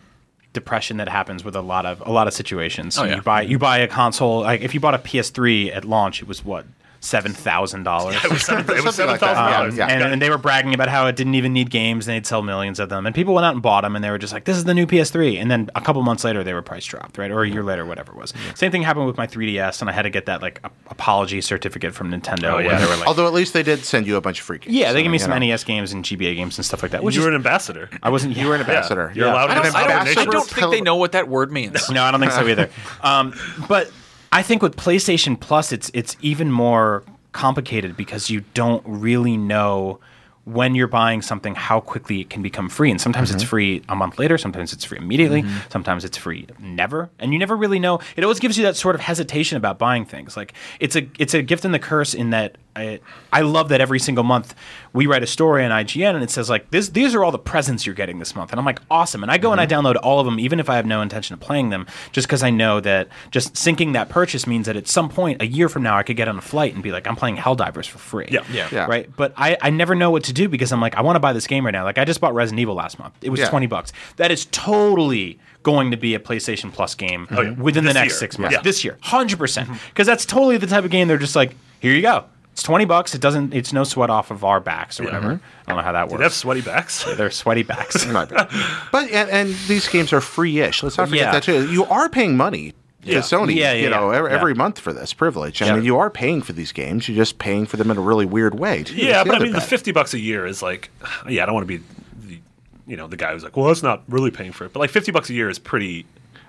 depression that happens with a lot of a lot of situations.
Oh, yeah.
You buy you buy a console. Like if you bought a PS3 at launch, it was what seven thousand dollars.
It was seven it was
Something
seven
like that.
thousand dollars.
Um, yeah.
and, and they were bragging about how it didn't even need games and they'd sell millions of them. And people went out and bought them and they were just like, this is the new PS3. And then a couple months later, they were price dropped, right? Or a year later, whatever it was. Same thing happened with my 3DS and I had to get that like a- apology certificate from Nintendo.
Oh,
where
yeah.
they were like,
Although at least they did send you a bunch of free games.
yeah, they
So,
gave me
you
some
know.
NES games and GBA games and stuff like that. Which
You
is,
were an ambassador.
I wasn't, you were an
ambassador.
You're
Yeah.
allowed
I
to
don't,
have
I don't, I
Ambassador-
don't think they know what that word means.
No, I don't think so either. Um, but I think with PlayStation Plus, it's it's even more complicated because you don't really know when you're buying something how quickly it can become free and sometimes it's free a month later sometimes it's free immediately sometimes it's free never and you never really know it always gives you that sort of hesitation about buying things like it's a it's a gift and the curse in that uh, I I love that every single month we write a story on IGN and it says like this these are all the presents you're getting this month and I'm like awesome and I go
Mm-hmm.
and I download all of them even if I have no intention of playing them just because I know that just syncing that purchase means that at some point a year from now I could get on a flight and be like I'm playing Helldivers for free
Yeah. Yeah.
Yeah.
right but I I never know what to do because I'm like I want to buy this game right now like I just bought Resident Evil last month it was
Yeah.
twenty bucks that is totally going to be a PlayStation Plus game
Oh, yeah.
within
This
the next
year.
six months
Yeah.
this year, hundred percent. Because that's totally the type of game they're just like, here you go. It's twenty bucks. It doesn't. It's no sweat off of our backs or whatever. I don't know how that
They have
works.
sweaty backs.
They're sweaty backs.
Not bad. but and, and these games are free-ish. Let's not forget
Yeah.
that too. You are paying money to
Yeah.
Sony,
Yeah, yeah,
you know,
yeah.
every, every
Yeah.
month for this privilege. I
Yeah.
mean, you are paying for these games. You're just paying for them in a really weird way. too.
[laughs] Yeah,
That's
but I
other
mean, the
bad.
fifty bucks a year is like, yeah, I don't want to be, the, you know, the guy who's like, well, that's not really paying for it, but like fifty bucks a year is pretty.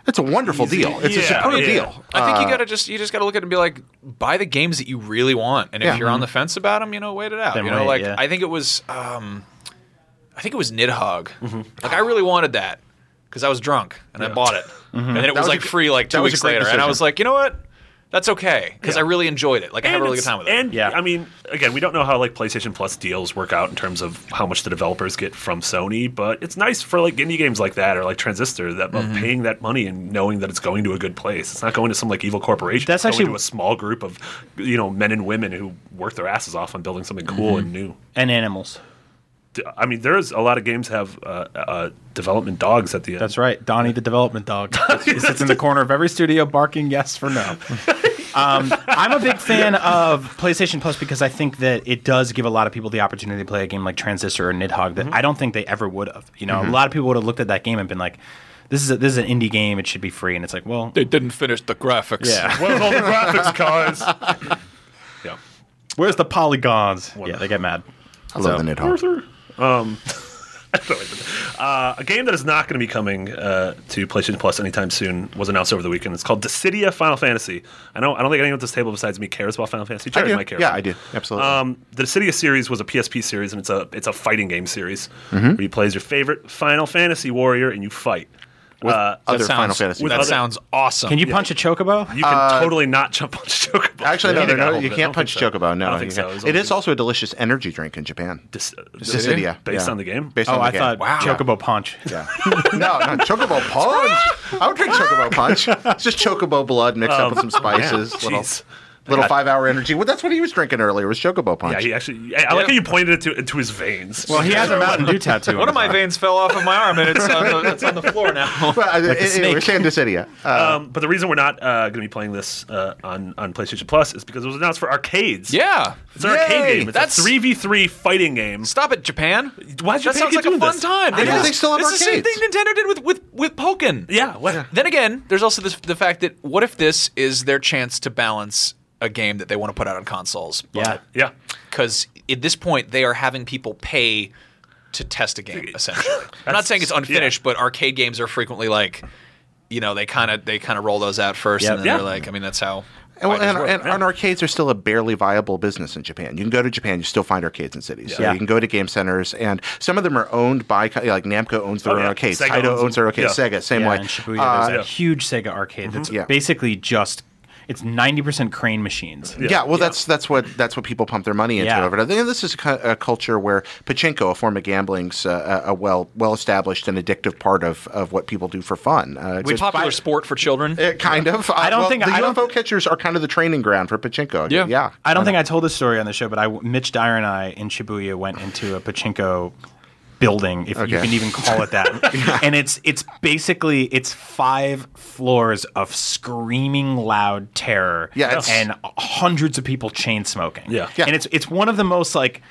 It's a wonderful deal. It's a
Yeah,
superb
yeah.
deal.
I think you gotta just you just gotta look at it and be like, buy the games that you really want, and if
Yeah. Mm-hmm.
you're on the fence about them, you know, wait it out.
Then
you know,
wait,
like
yeah.
I think it was, um, I think it was Nidhogg.
Mm-hmm.
Like I really wanted that because I was drunk and I bought it, and then it was,
was a
like
g-
free like
Mm-hmm. that
two
was a
weeks
great
later, and I
decision.
was like, you know what, that's okay because I really enjoyed it. Like I had a
And
really good
it's-
time with it.
And
Yeah.
yeah, I mean, again, we don't know how like PlayStation Plus deals work out in terms of how much the developers get from Sony, but it's nice for like indie games like that or like Transistor that
Mm-hmm.
of paying that money and knowing that it's going to a good place. It's not going to some like evil corporation.
That's
it's going
actually-
to a small group of you know men and women who work their asses off on building something
Mm-hmm.
cool and new.
and animals.
D- I mean, there's a lot of games have uh, uh, development dogs at the end.
That's right. Donnie, the development dog, he sits in the corner of every studio barking yes for no. Um, I'm a big fan of PlayStation Plus because I think that it does give a lot of people the opportunity to play a game like Transistor or Nidhogg that I don't think they ever would have. You know, a lot of people would have looked at that game and been like, "This is a, this is an indie game. It should be free." And it's like, well,
they didn't finish the graphics.
yeah.
Where's all the graphics cards?
[laughs]
yeah.
Where's the polygons? Yeah, they get mad.
I love the Nidhogg.
Arthur. Um, uh, a game that is not going to be coming uh, to PlayStation Plus anytime soon was announced over the weekend. It's called Dissidia Final Fantasy. I know I don't think anyone at this table besides me cares about Final Fantasy.
I
Jared
do.
might care.
Yeah, I do. Absolutely.
Um, the Dissidia series was a PSP series, and it's a it's a fighting game series
Mm-hmm.
where you play as your favorite Final Fantasy warrior and you fight. uh,
Other
That
Final
sounds-
Fantasy.
That
other-
sounds awesome.
Can you punch a chocobo?
you can totally not [laughs] jump on Chocobo.
Uh, Actually,
They
no,
need to
no,
get a
no,
hold
you
of it. I
can't
don't
punch
think so.
Chocobo. No,
I don't think
you
so.
can't.
was
It
only
is also a delicious energy drink in Japan.
Dis-
Dissidia.
based
yeah.
on the game.
Based
Oh,
on the
I
game.
thought
Wow.
chocobo punch.
Yeah. [laughs] no, no, Chocobo Punch. I would drink Chocobo Punch. It's just Chocobo blood mixed up with some spices.
Um, yeah,
little
jeez.
little five hour energy. Well, that's what he was drinking earlier was Chocobo Punch.
Yeah, he actually. I, I like how you pointed it to into his veins.
Well, he has a Mountain Dew tattoo.
One
on
of
his
my
arm.
veins fell off of my arm, and it's on the, it's on the floor
[laughs]
now.
But, uh, anyway, we're
[laughs]
saying Dissidia. Uh,
um, but the reason we're not uh, going to be playing this uh, on on PlayStation Plus is because it was announced for arcades.
Yeah.
It's an arcade game. It's
That's-
a three v three fighting game.
Stop it, Japan.
Why is
that
Japan
sounds
keep
like a
doing
fun
this?
time.
I
They
know.
just-
They still have
it's the same
arcades.
thing Nintendo did with with with Pokken.
Yeah, what?
Then again, there's also this, the fact that what if this is their chance to balance a game that they want to put out on consoles?
Yeah.
Yeah.
Because at this point, they are having people pay to test a game. Essentially, I'm not
[laughs] That's-
saying it's unfinished, but arcade games are frequently like, you know, they kind of they kind of roll those out first,
Yep.
and then
Yeah.
they're like, I mean, that's how.
and, well,
fighters
and,
work.
and, and arcades are still a barely viable business in Japan. You can go to Japan, you still find arcades in cities. So
Yeah.
you can go to game centers, and some of them are owned by co- like Namco owns their
Oh,
own
yeah.
arcades,
Sega
Taito
owns-
owns their arcades,
yeah.
Sega, same
yeah,
way.
in Shibuya,
Uh,
there's a
yeah.
huge Sega arcade that's
Yeah.
basically just it's ninety percent crane machines.
Yeah, well, that's that's what that's what people pump their money into.
Yeah.
Over there. And this is a, cu- a culture where pachinko, a form of gambling's uh, a, a well well established and addictive part of, of what people do for fun. Uh, it's
We
just-
popular sport for children.
it, kind of. I
don't think-
the
I don't
UFO catchers are kind of the training ground for pachinko.
Yeah.
yeah.
I don't think I told this story on the show, but I Mitch Dyer and I in Shibuya went into a pachinko building, if you
Okay.
can even call it that. and it's it's basically it's five floors of screaming loud terror.
Yeah, it's-
and hundreds of people chain smoking.
Yeah.
Yeah.
and it's it's one of the most like.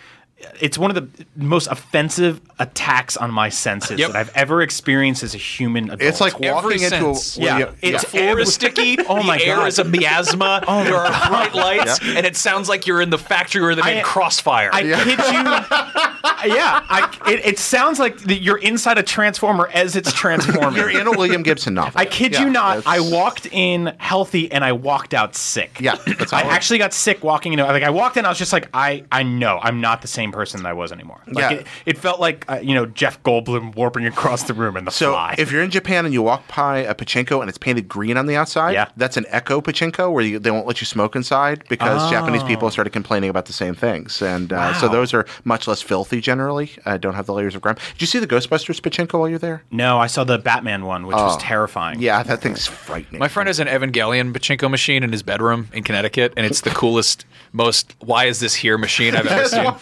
It's one of the most offensive attacks on my senses
Yep.
that I've ever experienced as a human adult.
It's like
Every
walking into a
sense.
well,
Yeah.
It's
It's
the air is sticky.
Oh
the
my
air
God.
is a [laughs] miasma. there are bright lights, and it sounds like you're in the factory where they
I-
made Crossfire.
I kid
[laughs]
you. yeah, I, it, it sounds like that you're inside a transformer
[laughs]
as it's transforming.
You're in a William Gibson novel.
I kid
Yeah,
you not. I
that's-
walked in healthy and I walked out sick.
Yeah, that's how
I
it works.
actually got sick walking in. Like I walked in, I was just like, I, I know I'm not the same same person that I was anymore. Like
Yeah.
it, it felt like uh, you know Jeff Goldblum warping across the room in the
So
fly.
if you're in Japan and you walk by a pachinko and it's painted green on the outside,
Yeah.
that's an echo pachinko where you, they won't let you smoke inside because Japanese people started complaining about the same things. And uh, so
Oh. Wow.
those are much less filthy generally. Uh, don't have the layers of grime. Did you see the Ghostbusters pachinko while you're there?
no, I saw the Batman one, which was
Oh.
terrifying.
Yeah, that thing's frightening.
My friend has an Evangelion pachinko machine in his bedroom in Connecticut, and it's the coolest, most "Why is this here?" machine I've ever seen.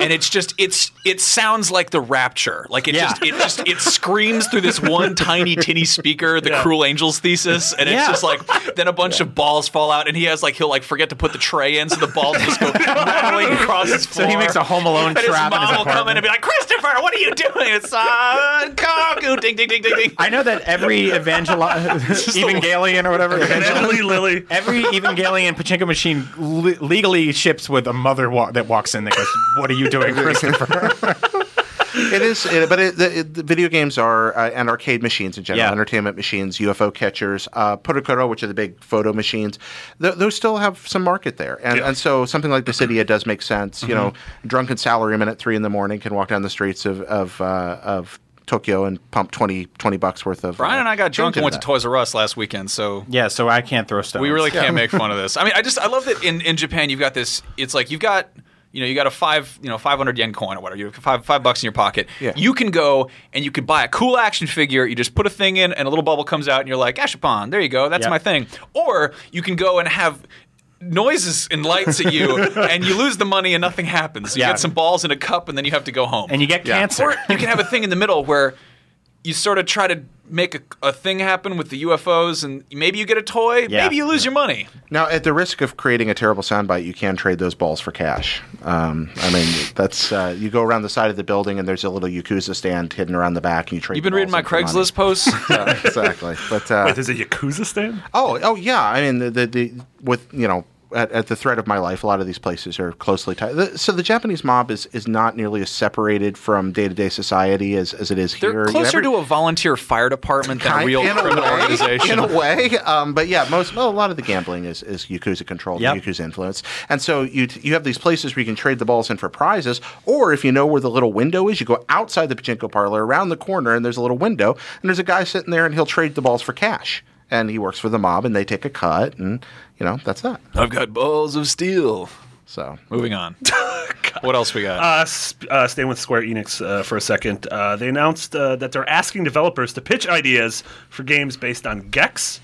And it's just it's it sounds like the Rapture. Like it
Yeah.
just it just it screams through this one tiny tinny speaker, the Cruel Angels thesis, and it's
Yeah.
just like then a bunch of balls fall out, and he has like he'll like forget to put the tray in, so the balls just
[laughs]
go rattling across his
So
floor.
he makes a
[laughs]
Home Alone
and his
trap in his
mom will come in
apartment.
and be like, Christopher, what are you doing? It's uh, Kaku, ding, ding, ding, ding, ding.
I know that every evangel
[laughs]
[laughs] Evangelion or whatever
Lily, Lily.
Every Evangelion pachinko machine le- legally ships with a mother wa- that walks in that goes, "What are you doing, Christopher?"
it is, it, but it, the, it, the video games are uh, and arcade machines in general,
Yeah.
entertainment machines, UFO catchers, uh, Potokoro, which are the big photo machines. Th- those still have some market there, and,
Yeah.
and so something like Dissidia does make sense. You know,
Mm-hmm.
drunken salaryman at three in the morning can walk down the streets of of, uh, of Tokyo and pump 20, 20 bucks worth of.
Brian
uh,
and I got drunk
change into
and went to
that.
Toys R Us last weekend, so
yeah, so I can't throw stones.
We really can't make fun of
[laughs]
this. I mean, I just I love that in, in Japan you've got this. It's like you've got you know you got a five you know five hundred yen coin or whatever. You have five five bucks in your pocket.
Yeah.
You can go and you can buy a cool action figure. You just put a thing in and a little bubble comes out and you're like Ashapon, there you go, that's
Yeah.
my thing. Or you can go and have. Noises and lights at
[laughs]
you, and you lose the money, and nothing happens. You
Yeah.
get some balls in a cup, and then you have to go home.
and you get cancer.
Or you can have a thing in the middle where you sort of try to make a, a thing happen with the UFOs, and maybe you get a toy,
Yeah.
maybe you lose your money.
Now, at the risk of creating a terrible soundbite, you can trade those balls for cash. Um, I mean, that's uh, you go around the side of the building, and there's a little yakuza stand hidden around the back, and you trade.
You've been
the
reading my
balls in for money.
Craigslist posts.
Yeah, [laughs] exactly. But uh,
Wait, there's a Yakuza stand?
oh, oh yeah. I mean, the, the, the with you know at, at the thread of my life, a lot of these places are closely tied. The, so the Japanese mob is is not nearly as separated from day to day society as, as it is
They're
here. You
closer
ever-
to a volunteer fire department than a
Kind-
real
in
criminal
way,
organization.
In a way, um, but yeah, most well, a lot of the gambling is, is yakuza controlled,
Yep.
and yakuza influence, and so you t- you have these places where you can trade the balls in for prizes, or if you know where the little window is, you go outside the pachinko parlor, around the corner, and there's a little window, and there's a guy sitting there, and he'll trade the balls for cash, and he works for the mob, and they take a cut, and you know that's that.
I've got balls of steel.
So
Moving on. what else we got?
Uh, sp- uh, staying with Square Enix uh, for a second, uh, they announced uh, that they're asking developers to pitch ideas for games based on Gex,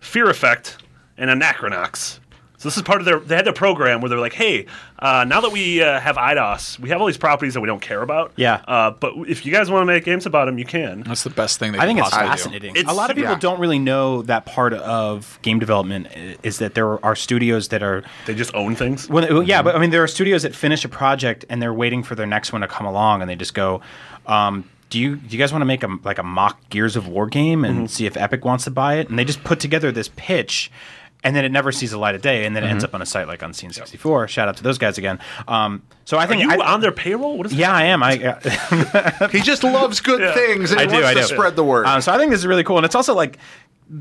Fear Effect, and Anachronox. So this is part of their. They had their program where they're like, "Hey, uh, now that we uh, have IDOS, we have all these properties that we don't care about.
Yeah.
Uh, but if you guys want to make games about them, you can.
That's the best thing they
I
could
think it's
possibly do.
fascinating.
It's-
a lot of people
yeah.
don't really know that part of game development i- is that there are studios that are
They just own things.
Well, well, yeah,
Mm-hmm.
but I mean, there are studios that finish a project and they're waiting for their next one to come along, and they just go, um, "Do you do you guys want to make a like a mock Gears of War game
Mm-hmm.
and see if Epic wants to buy it?" And they just put together this pitch. And then it never sees the light of day, and then it
Mm-hmm.
ends up on a site like Unseen64. Shout out to those guys again. Um, so I
Are
think
you
I,
on their payroll? What is
yeah, I
[laughs]
am. I, uh,
he just loves good things, and
I
he
do.
wants
I
to
do.
spread the word.
Um, so I think this is really cool, and it's also like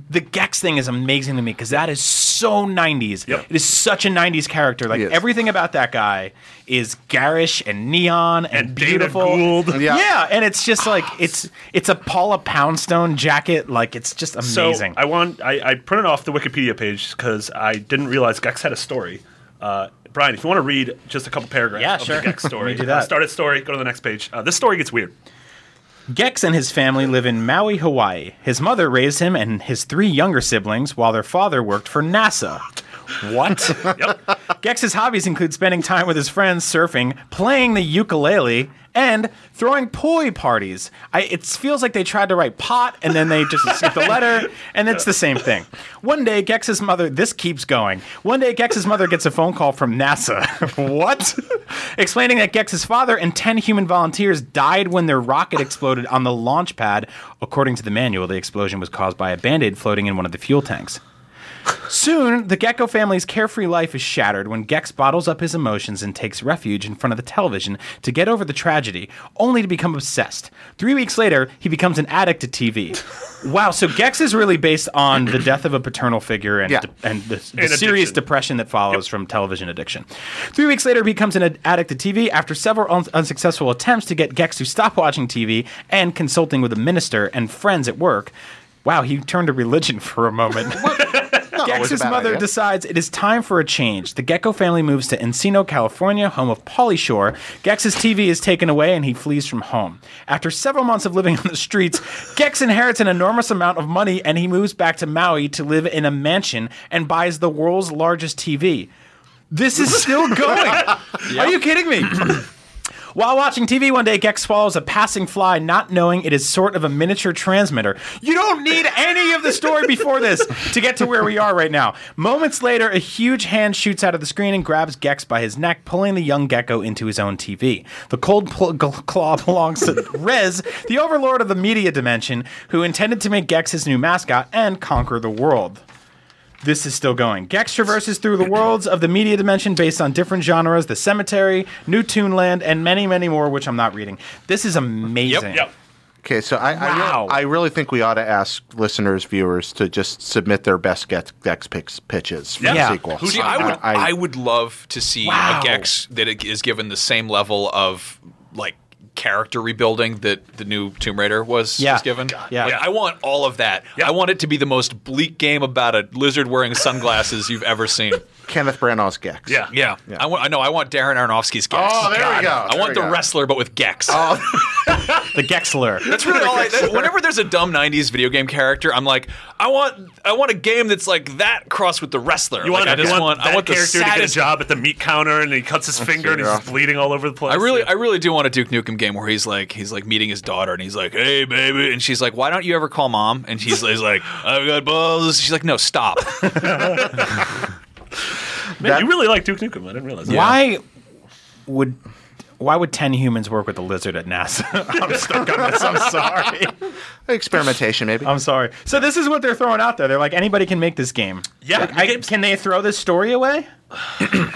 the Gex thing is amazing to me because that is so 90s.
Yep.
It is such a 90s character. Like
Yes.
everything about that guy is garish and neon and,
And Dana
beautiful.
Gould.
Yeah.
Yeah. and it's just like it's it's a Paula Poundstone jacket. Like it's just amazing.
So I want I, I printed off the Wikipedia page because I didn't realize Gex had a story. Uh, Brian, if you want to read just a couple paragraphs
Yeah,
of
sure.
[laughs]
the Gex story,
Let me do that.
Uh, start at story, go to the next page. Uh, this story gets weird.
Gex and his family live in Maui, Hawaii. His mother raised him and his three younger siblings while their father worked for NASA. What?
Yep.
Gex's hobbies include spending time with his friends, surfing, playing the ukulele, and throwing poi parties. I, it feels like they tried to write pot and then they just skipped the letter, and it's the same thing. One day, Gex's mother, this keeps going. One day, Gex's mother gets a phone call from NASA. [laughs] what? Explaining that Gex's father and 10 human volunteers died when their rocket exploded on the launch pad. According to the manual, the explosion was caused by a band aid floating in one of the fuel tanks. Soon, the Gecko family's carefree life is shattered when Gex bottles up his emotions and takes refuge in front of the television to get over the tragedy, only to become obsessed. Three weeks later, he becomes an addict to TV. wow, so Gex is really based on the death of a paternal figure and,
Yeah.
and the, the
And
serious
addiction.
depression that follows from television addiction. Three weeks later, he becomes an ad- addict to TV after several un- unsuccessful attempts to get Gex to stop watching TV and consulting with a minister and friends at work. Wow, he turned to religion [laughs] for a moment.
Not always a
Gex's
bad
mother
idea.
decides it is time for a change. The Gecko family moves to Encino, California, home of Polly Shore. Gex's TV is taken away and he flees from home. After several months of living [laughs] on the streets, Gex inherits an enormous amount of money and he moves back to Maui to live in a mansion and buys the world's largest TV. This is still going. Are you kidding me? While watching TV one day, Gex swallows a passing fly, not knowing it is sort of a miniature transmitter. You don't need any of the story before this to get to where we are right now. Moments later, a huge hand shoots out of the screen and grabs Gex by his neck, pulling the young gecko into his own TV. The cold pl- gl- claw belongs to Rez, the overlord of the media dimension, who intended to make Gex his new mascot and conquer the world. This is still going. Gex traverses through the worlds of the media dimension based on different genres, the cemetery, New Toonland, and many, many more, which I'm not reading. This is amazing.
Yep.
Okay, so I I, re-
Wow.
I really think we ought to ask listeners, viewers, to just submit their best Gex, Gex picks, pitches for
Yeah.
the sequel.
Who do you- I would I, would love to see
Wow.
a Gex that it is given the same level of like character rebuilding that the new Tomb Raider was,
Yeah.
was given.
Yeah.
Like, I want all of that.
Yeah.
I want it to be the most bleak game about a lizard wearing sunglasses you've ever seen.
Kenneth Branagh's Gex.
Yeah.
Yeah. I want I know I want Darren Aronofsky's Gex.
Oh, there we
God.
go.
I
There
want
we
the
go.
wrestler but with Gex.
Oh,
The Gexler.
That's really all I. That, whenever there's a dumb '90s video game character, I'm like, I want, I want a game that's like that crossed with the wrestler.
You want,
like, I
you
just
want,
want,
that
I want the
character to get a
saddest. Oh,
job at the meat counter, and he cuts his finger, and he's
yeah.
just bleeding all over the place.
I really,
Yeah.
I really do want a Duke Nukem game where he's like, he's like meeting his daughter, and he's like, "Hey, baby," and she's like, "Why don't you ever call mom?" And he's, he's like, "I've got balls." She's like, "No, stop."
Man,
that-
you really like Duke Nukem. I didn't realize. that. [laughs]
Why would why would ten humans work with a lizard at NASA? [laughs] I'm stuck on this. I'm
[laughs]
sorry.
Experimentation, maybe.
Um,
I'm sorry. So this is what they're throwing out there. They're like anybody can make this game.
Yeah,
Like,
you
I-
can-
can they throw this story away?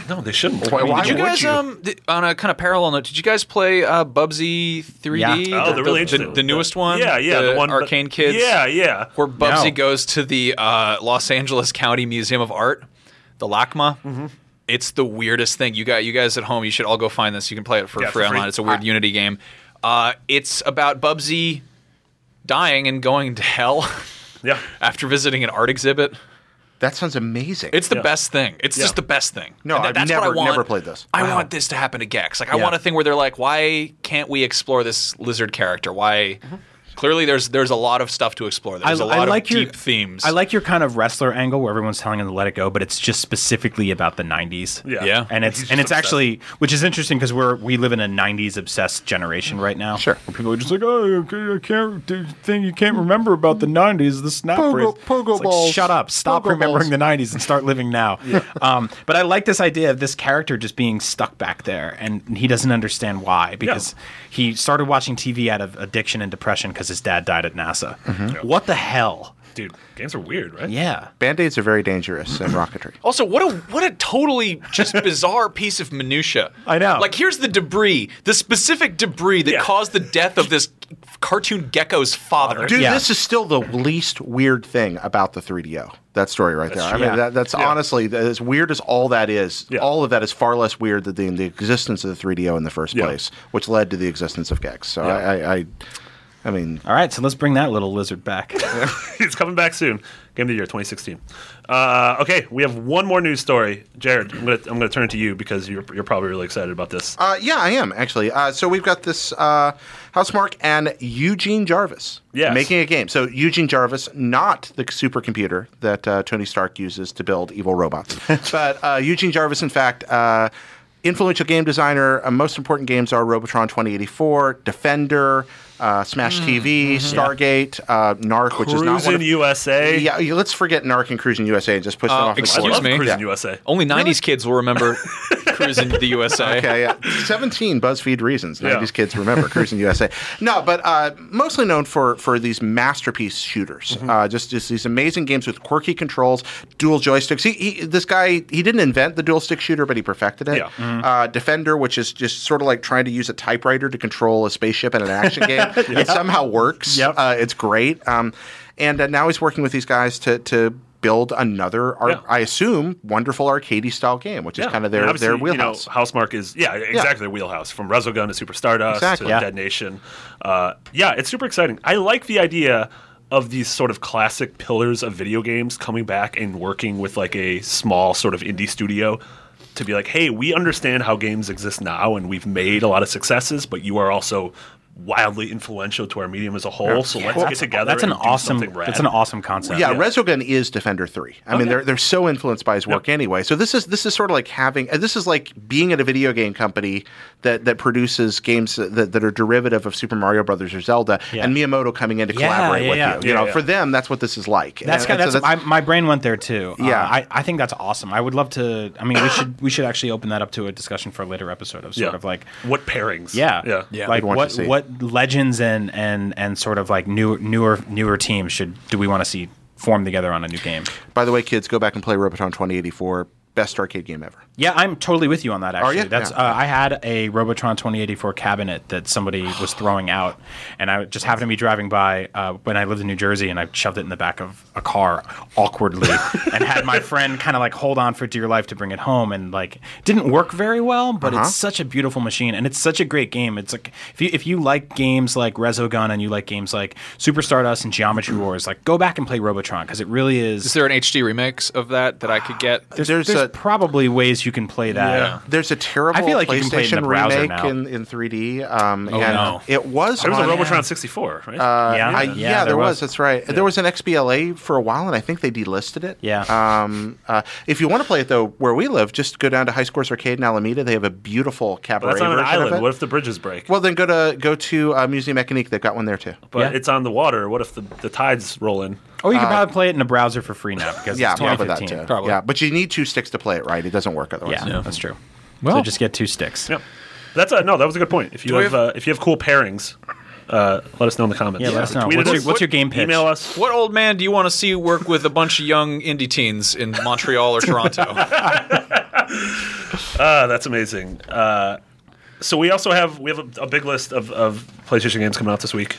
No, they shouldn't.
Why- why
Did you
would
guys, um, th- on a kind of parallel note, did you guys play uh, Bubsy 3D?
Yeah.
Oh, they're really
the,
interesting.
the, the newest one.
Yeah, yeah, the, one
Arcane Kids.
Yeah, yeah.
where Bubsy
No.
goes to the uh, Los Angeles County Museum of Art, the LACMA. It's the weirdest thing. You got you guys at home. You should all go find this. You can play it for
Yeah, for
free
free.
online. It's a weird Unity game. Uh, it's about Bubsy dying and going to hell [laughs]
Yeah.
after visiting an art exhibit.
that sounds amazing.
It's the
Yeah.
best thing. It's
Yeah.
just the best thing.
No,
And
I've
that's what
never-
I want.
never played this.
I want this to happen to Gex. Like I
Yeah.
want a thing where they're like, why can't we explore this lizard character? Why? Clearly, there's there's a lot of stuff to explore. There's a lot of deep themes.
I like your kind of wrestler angle where everyone's telling him to let it go, but it's just specifically about the '90s.
Yeah.
Yeah.
and
He's
it's
just
and it's
obsessed.
actually which is interesting because we're we live in a '90s obsessed generation right now.
Sure.
Where people are just like, oh, I can't do thing you can't remember about the '90s, the snap
Pogo-
race."
pogo
It's like,
balls.
shut up, stop
Pogo balls.
remembering the '90s and start
[laughs]
living now. um, but I like this idea of this character just being stuck back there, and he doesn't understand why because he started watching TV out of addiction and depression because his dad died at NASA.
Mm-hmm.
What the hell?
Dude, games are weird, right?
Yeah.
Band aids are very dangerous [clears throat] in rocketry.
Also, what a what a totally just bizarre piece of minutia.
I know.
Like here's the debris, the specific debris that
Yeah.
caused the death of this cartoon gecko's father.
Dude,
Yeah.
this is still the least weird thing about the 3DO. That story right there. I mean,
yeah.
that, that's honestly that- as weird as all that is.
Yeah.
All of that is far less weird than the, the existence of the 3DO in the first
Yeah.
place, which led to the existence of Gex. So I, I, I, I mean,
All right, so let's bring that little lizard back.
He's coming back soon. Game of the year 2016. Uh, okay, we have one more news story. Jared, I'm going to I'm gonna turn it to you because you're, you're probably really excited about this.
Uh, yeah, I am actually. Uh, so we've got this uh, Housemark and Eugene Jarvis
Yes.
making a game. So Eugene Jarvis, not the supercomputer that uh, Tony Stark uses to build evil
[laughs]
robots, but uh, Eugene Jarvis, in fact. Uh, Influential game designer. Uh, most important games are Robotron 2084, Defender, uh, Smash
Mm,
TV,
mm-hmm.
Stargate, uh, Narc, which is not one
Cruising
of,
USA.
Yeah, you- let's forget Narc and Cruising USA and just push them off.
Uh,
the
excuse
I
board.
love
me?
Cruising
Yeah.
USA.
Only '90s kids will remember cruising the USA.
Okay, yeah.
[laughs]
17 BuzzFeed reasons.
Yeah.
90s kids remember Cruising USA. No, but uh, mostly known for for these masterpiece shooters.
Mm-hmm.
Uh, just, just these amazing games with quirky controls, dual joysticks. He, he, this guy, he didn't invent the dual stick shooter, but he perfected it.
Yeah. Mm-hmm.
Uh, Defender, which is just sort of like trying to use a typewriter to control a spaceship in
[laughs]
an action game. It somehow works.
Yep.
Uh, it's great. Um, and uh, now he's working with these guys to, to build another, ar-
Yeah.
I assume, wonderful arcade style game, which is
Yeah.
kind
And
of their,
obviously,
their wheelhouse.
You know, Housemark is yeah, exactly their wheelhouse. From Resogun to Super Stardust
Exactly.
to
Yeah.
Dead Nation. Uh, yeah, it's super exciting. I like the idea of these sort of classic pillars of video games coming back and working with like a small sort of indie studio to be like, hey, we understand how games exist now and we've made a lot of successes, but you are also wildly influential to our medium as a whole. So let's get [laughs] together.
That's an
and do
awesome.
something rad.
That's an awesome concept.
yeah, Resogun is Defender Three. I mean, they're they're so influenced by his work anyway. So this is this is sort of like having uh, this is like being at a video game company that that produces games that, that are derivative of Super Mario Brothers or Zelda, and Miyamoto coming in to
Yeah,
collaborate
yeah,
with
yeah.
you. You
Yeah,
know,
yeah.
for them, that's what this is like.
That's,
And-
kind
and
of,
so
that's I, my brain went there too. Uh,
Yeah.
I, I think that's awesome. I would love to. I mean, we should we should actually open that up to a discussion for a later episode of sort
Yeah.
of like
what pairings?
yeah,
yeah,
like
We'd want
what
to see.
what legends and and and sort of like new newer newer teams should do we want to see form together on a new game?
by the way, kids, go back and play Robotron 2084. Best arcade game ever.
Yeah, I'm totally with you on that. Actually,
ya?
that's
Yeah.
uh, I had a Robotron 2084 cabinet that somebody was throwing out, and I just happened to be driving by uh, when I lived in New Jersey, and I shoved it in the back of a car awkwardly, and had my friend kind of like hold on for dear life to bring it home, and like didn't work very well, but it's such a beautiful machine, and it's such a great game. It's like if you if you like games like Resogun and you like games like Super Stardust and Geometry Wars, like go back and play Robotron because it really is.
Is there an HD remix of that that I could get?
there's,
there's
there's
a-
probably ways you can play that.
Yeah.
There's a terrible
I feel like you can play it in the
PlayStation
browser
remake
now. Oh,
in, in 3D. Um, and
no.
It was
There was a
on-
Robotron 64, right?
yeah,
Uh, I- yeah, there, was. That's right. There was an XBLA for a while, and I think they delisted it.
Yeah.
Um, uh, if you want to play it though, where we live, just go down to High Scores Arcade in Alameda. They have a beautiful cabaret
But that's on an
version of
island.
it.
What if the bridges break?
well, then go to go to uh, Museum Mechanique. They've got one there too.
but
Yeah.
it's on the water. What if the, the tides roll in?
Or you can probably play it in a browser for free now because
Uh, Yeah,
it's
probably
2015.
that too.
Probably.
Yeah, but you need two sticks to play it right. It doesn't work otherwise.
Yeah, that's true.
Well-
so just get two sticks.
Yeah, that's a, no. That was a good point. If you
we
have,
have-
uh, if you have cool pairings, uh, let us know in the comments.
Yeah, let us know.
Tweet at
What's your- what's your game pitch?
Email us.
What old man do you want to see work with a bunch of young indie teens in Montreal or Toronto?
Uh, that's amazing. Uh, so we also have we have a, a big list of, of PlayStation games coming out this week.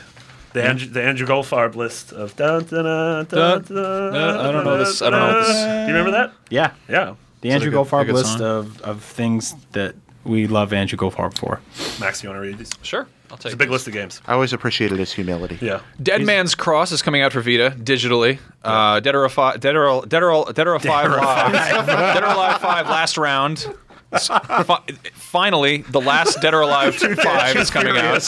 The Andrew, the Andrew Goldfarb list of. Dun, dun, dun, dun, dun,
I don't know this- I don't know this.
Do you remember that?
Yeah.
Yeah.
The Andrew
good- a
Goldfarb
good
list
song.
of, of things that we love Andrew Goldfarb for.
Max, you want to read these? It's
sure, I'll take
a big
this.
list of games.
I always appreciated his humility.
Yeah.
Dead Man's Cross is coming out for Vita digitally. Uh, Dead or a Fi- Dead or Dead or Dead or a Five Live. Dead or Alive Five Last Round. S- fi- Finally, the last Dead or Alive
[laughs]
Five is coming out.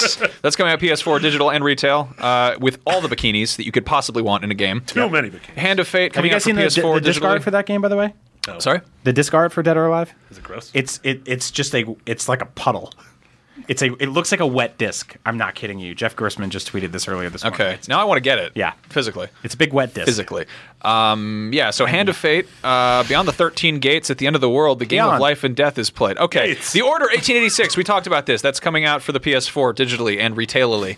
That's coming out PS4 digital and retail uh, with all the bikinis that you could possibly want in a game.
Too many bikinis.
Hand of Fate
Have you
coming
guys seen the,
out for PS4
the, the disc
digitally.
art for that game, by the way?
Sorry.
The disc art for Dead or Alive?
Is it gross?
It's it it's just a it's like a puddle. It's a it looks like a wet disc. I'm not kidding you. Jeff Gerstmann just tweeted this earlier this morning.
Okay. Now I want to get it.
Yeah.
Physically.
It's a big wet disc.
physically. Um, yeah, so Hand of Fate, uh, Beyond the 13 Gates, at the end of the world, the game of
Beyond.
life and death is played. Okay,
Gates.
The Order 1886, we talked about this. That's coming out for the PS4 digitally and retailally.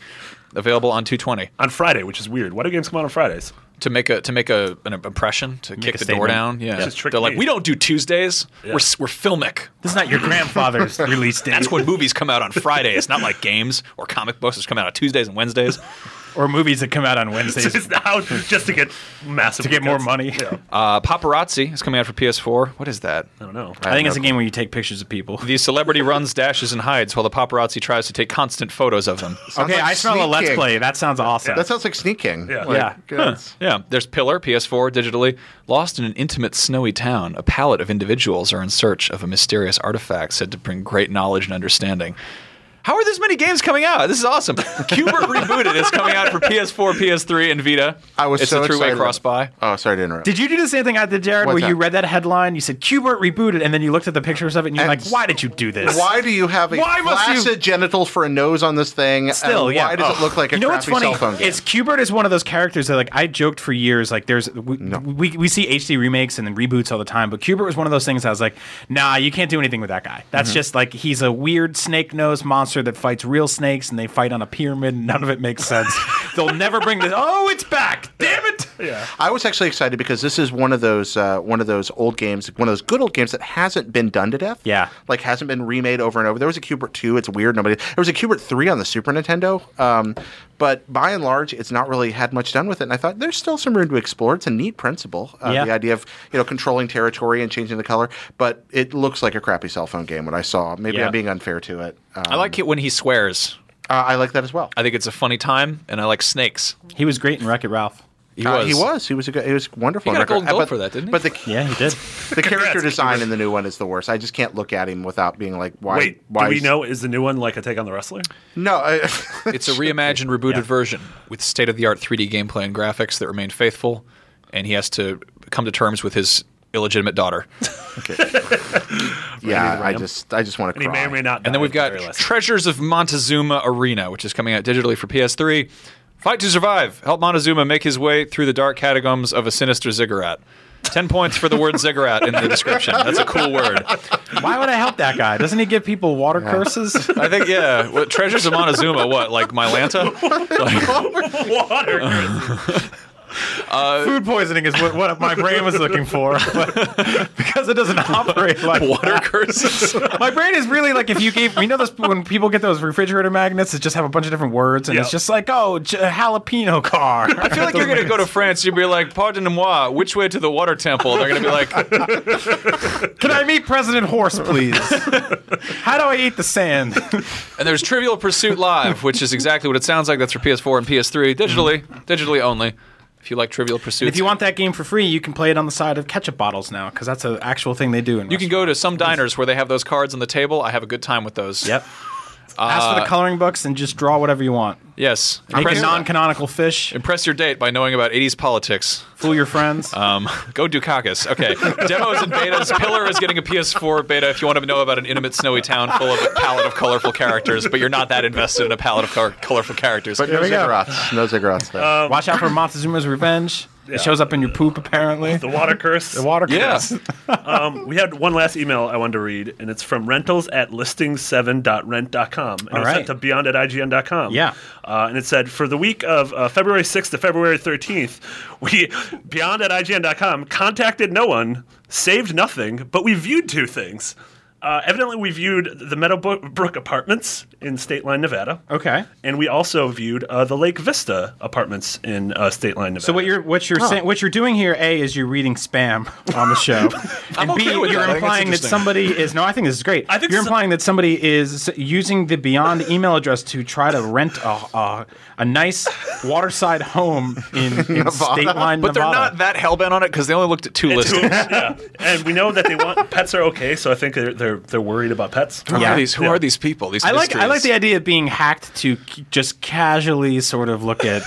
Available on 220
on Friday, which is weird. Why do games come out on Fridays?
to make a to make a an impression to kick
a
the door
statement.
down. Yeah,
Just trick
they're like
me.
we don't do Tuesdays. We're
Yeah.
s- we're filmic.
This is not your grandfather's release date.
That's when movies come out on Friday. It's not like games or comic books which come out on Tuesdays and Wednesdays.
or movies that come out
[laughs]
on Wednesdays
Just now, just to get massive.
to get more
workouts.
money.
Uh, Paparazzi is coming out for PS4. What is that?
I don't know.
I think it's a game where you take pictures of people.
The celebrity runs, dashes, and hides while the paparazzi tries to take constant photos of them.
Okay,
like
I smell a
Sneak
Let's
King.
Play. That sounds awesome.
That sounds like sneaking.
Yeah.
Yeah.
Yeah, there's Pillar, PS4, digitally. Lost in an intimate, snowy town, a pallet of individuals are in search of a mysterious artifact said to bring great knowledge and understanding. How are this many games coming out? This is awesome. Cubert Rebooted is coming out for PS4, PS3, and Vita.
I was
it's
so
a three-way
excited.
cross buy.
Oh, sorry to interrupt.
Did you do the same thing I did, Jared,
What's
where you
that?
read that headline, you said Cubert rebooted, and then you looked at the pictures of it, and you're
And
like, why did you do this?
why uh, do you have a
Why must you-
flaccid genital for a nose on this thing?
Still,
and
yeah.
Why does it
Ugh.
look like a
you know what's
crappy
funny?
cell phone game?
It's Qbert is one of those characters that like I joked for years. Like there's we, we, we see HD remakes and then reboots all the time, but Qbert was one of those things. I was like, nah, you can't do anything with that guy. That's
Mm-hmm.
just like he's a weird snake nosed monster that fights real snakes and they fight on a pyramid. and None of it
[laughs]
makes sense. They'll never bring this. Oh, it's back! Damn it!
Yeah.
I was actually excited because this is one of those uh, one of those old games, one of those good old games that hasn't been done to death.
Yeah.
like hasn't been remade over and over. There was a Cubert two. It's weird. Nobody. There was a Cubert three on the Super Nintendo. Um, but by and large, it's not really had much done with it. And I thought there's still some room to explore. It's a neat principle. Uh,
Yeah.
The idea of you know controlling territory and changing the color, but it looks like a crappy cell phone game. When I saw, maybe
Yeah.
I'm being unfair to it. Um,
I like it when he swears.
uh, I like that as well.
I think it's a funny time, and I like snakes.
He was great in Wreck It Ralph.
He
Uh,
was.
he was. He was. A good, he was wonderful.
He got a
record.
Golden Globe
but,
for that, didn't he?
But the
Yeah, he did.
The character
Congrats,
design in the new one is the worst. I just can't look at him without being like, why?
Wait,
why
do we
is-
know is the new one like a take on the wrestler?
No, [laughs] I,
It's a reimagined, rebooted version with state of the art 3D gameplay and graphics that remain faithful, and he has to come to terms with his illegitimate daughter.
yeah. I
Ram.
just, I just want to
And he
cry.
may or may not.
And [laughs] then
die
we've
at the
got
very last-
Treasures of Montezuma Arena, which is coming out digitally for PS3. Fight to survive. Help Montezuma make his way through the dark catacombs of a sinister ziggurat. 10 points for the word ziggurat in the description. That's a cool word.
Why would I help that guy? Doesn't he give people water curses?
I think, yeah. What, Treasures of Montezuma, what, like Mylanta?
[laughs] water.
[laughs] food poisoning is what, what my brain was looking for, [laughs] but because it doesn't operate like
[laughs] [laughs] Water
that.
curses?
My brain is really like if you gave you know those when people get those refrigerator magnets that just have a bunch of different words and it's
Yep.
just like oh j- jalapeno car.
[laughs] I feel like you're going to go to France. You'll be like, pardonnez-moi, which way to the water temple? They're going to be like,
[laughs] Can I meet President Horse,
[laughs]
please? How do I eat the sand?
and there's Trivial Pursuit Live, which is exactly what it sounds like. That's for PS4 and PS3, digitally, digitally only. If you like Trivial Pursuit,
if you want that game for free, you can play it on the side of ketchup bottles now because that's an actual thing they do. In
You can go to some diners where they have those cards on the table. I have a good time with those.
Yep. Ask
Uh,
for the coloring books and just draw whatever you want.
Yes.
Make a
Impress,
non-canonical fish.
impress your date by knowing about 80s politics.
Fool your
[laughs]
friends.
Um, go Dukakis. Okay. Demos and betas. Pillar is getting a PS4 beta if you want to know about an intimate snowy town full of a palette of colorful characters, but you're not that invested in a palette of col- colorful characters.
But no
we go.
ziggurats. No ziggurats. Though.
Watch out for Montezuma's Revenge. It shows up in your poop, apparently.
The water curse.
The water
yeah.
curse.
Um, we had one last email I wanted to read, and it's from rentals at listing7.rent.com. And it was
right.
sent to beyond at IGN.com.
Yeah.
Uh, and it said, for the week of uh, February 6th to February 13th, we, beyond at IGN.com, contacted no one, saved nothing, but we viewed two things. Uh, evidently, we viewed the Meadowbrook Apartments in State Line, Nevada.
[laughs] Okay.
And we also viewed uh, the Lake Vista Apartments in uh, State Line, Nevada.
So what you're what you're saying what you're doing here A is you're reading spam on the show,
[laughs]
and B
okay with
you're
that. I think it's
implying that
interesting.
somebody is no I think this is great.
I think
you're
so-
implying that somebody is using the Beyond email address to try to rent a a, a nice waterside home in, in state line
But they're not that hellbent on it because they only looked at two listings.
yeah. And we know that they want pets are okay, so I think they're they're, they're worried about
[laughs]
pets.
Who,
Yeah.
are these, who
Yeah.
are these people? These
I like I like
mysteries?
the idea of being hacked to c- just casually sort of
[laughs]
look at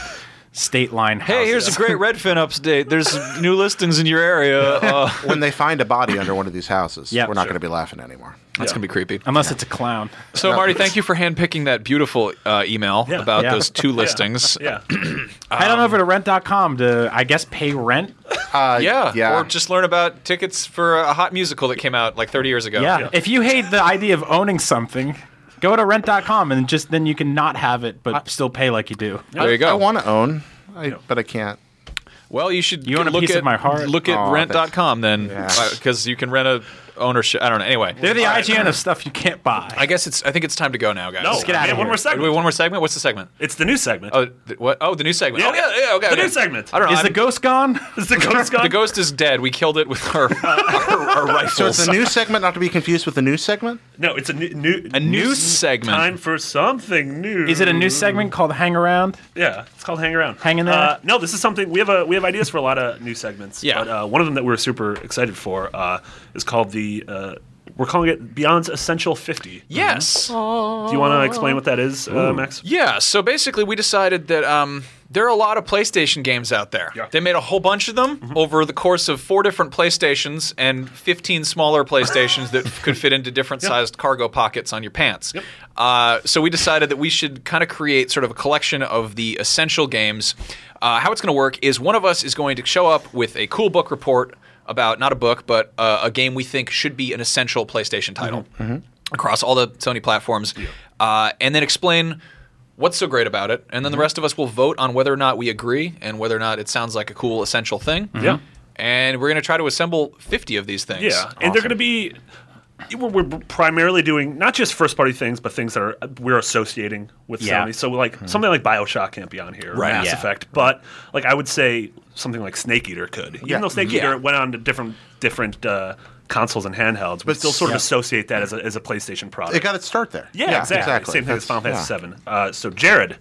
state line.
Hey, here's
houses.
a great Redfin update. [laughs] There's new listings in your area. [laughs] Uh,
[laughs] when they find a body under one of these houses,
Yeah,
we're not
sure.
going to be laughing anymore.
that's gonna be creepy.
unless it's a clown.
Uh, So, Marty, thank you for handpicking that beautiful uh, email
Yeah.
about
Yeah.
those two
[laughs]
listings.
Yeah.
Head
Um,
on over to rent.com to I guess pay rent
Uh,
Yeah.
yeah.
Or just learn about tickets for a hot musical that came out like 30 years ago.
Yeah. If you hate the idea of owning something, go to rent.com and just then you can not have it but still pay like you do.
There you go.
I want to own, I, but I can't.
well, you should
You own a
look
piece of
at
my heart.
look at
Aw,
rent.com then
Yeah.
because you can rent a ownership. I don't know. Anyway,
They're the IGN of stuff you can't buy.
I guess it's I think it's time to go now, guys.
No,
get out
man,
of
one more
here.
Do we
segment.
have one more segment? What's the segment?
It's the new segment.
Oh, th- what? Oh, the new segment.
Yeah.
Oh, yeah, yeah, okay.
The new
okay.
segment.
I don't know.
Is the
I'm-
ghost gone?
Is the ghost gone?
[laughs] the ghost is dead. We killed it with our, [laughs] our, our rifles.
So it's a new segment, not to be confused with the new segment.
No, it's a new, new
a new segment.
time for something new.
Is it a new segment
Mm.
called Hang Around?
Yeah, it's called Hang Around.
Hang in there?
Uh, no, this is something we have a we have ideas for a lot of new segments.
Yeah.
But uh, one of them that we're super excited for uh, is called the uh, We're calling it Beyond's Essential 50.
Yes.
Do you want to explain what that is, uh, Max?
Yeah, so basically, we decided that um, there are a lot of PlayStation games out there.
Yeah.
They made a whole bunch of them over the course of four different PlayStations and 15 smaller PlayStations that could fit into different sized cargo pockets on your pants. Uh, so we decided that we should kind of create sort of a collection of the essential games. Uh, how it's going to work is one of us is going to show up with a cool book report about not a book, but uh, a game we think should be an essential PlayStation title across all the Sony platforms, uh, and then explain what's so great about it. And then the rest of us will vote on whether or not we agree and whether or not it sounds like a cool essential thing.
Yeah.
And we're going to try to assemble 50 of these things.
Yeah, and they're going to be. We're, we're primarily doing not just first party things, but things that are we're associating with
Yeah.
Sony. So like something like Bioshock can't be on here, or
Right.
Mass
Yeah.
Effect, but like I would say something like Snake Eater could, even though Snake
Yeah.
Eater went on to different different uh, consoles and handhelds, we
But
still sort of
yeah.
associate that as a, as a PlayStation product.
It got its start there.
yeah, exactly. Same thing as Final
That's-
Fantasy Seven. Uh, so Jared,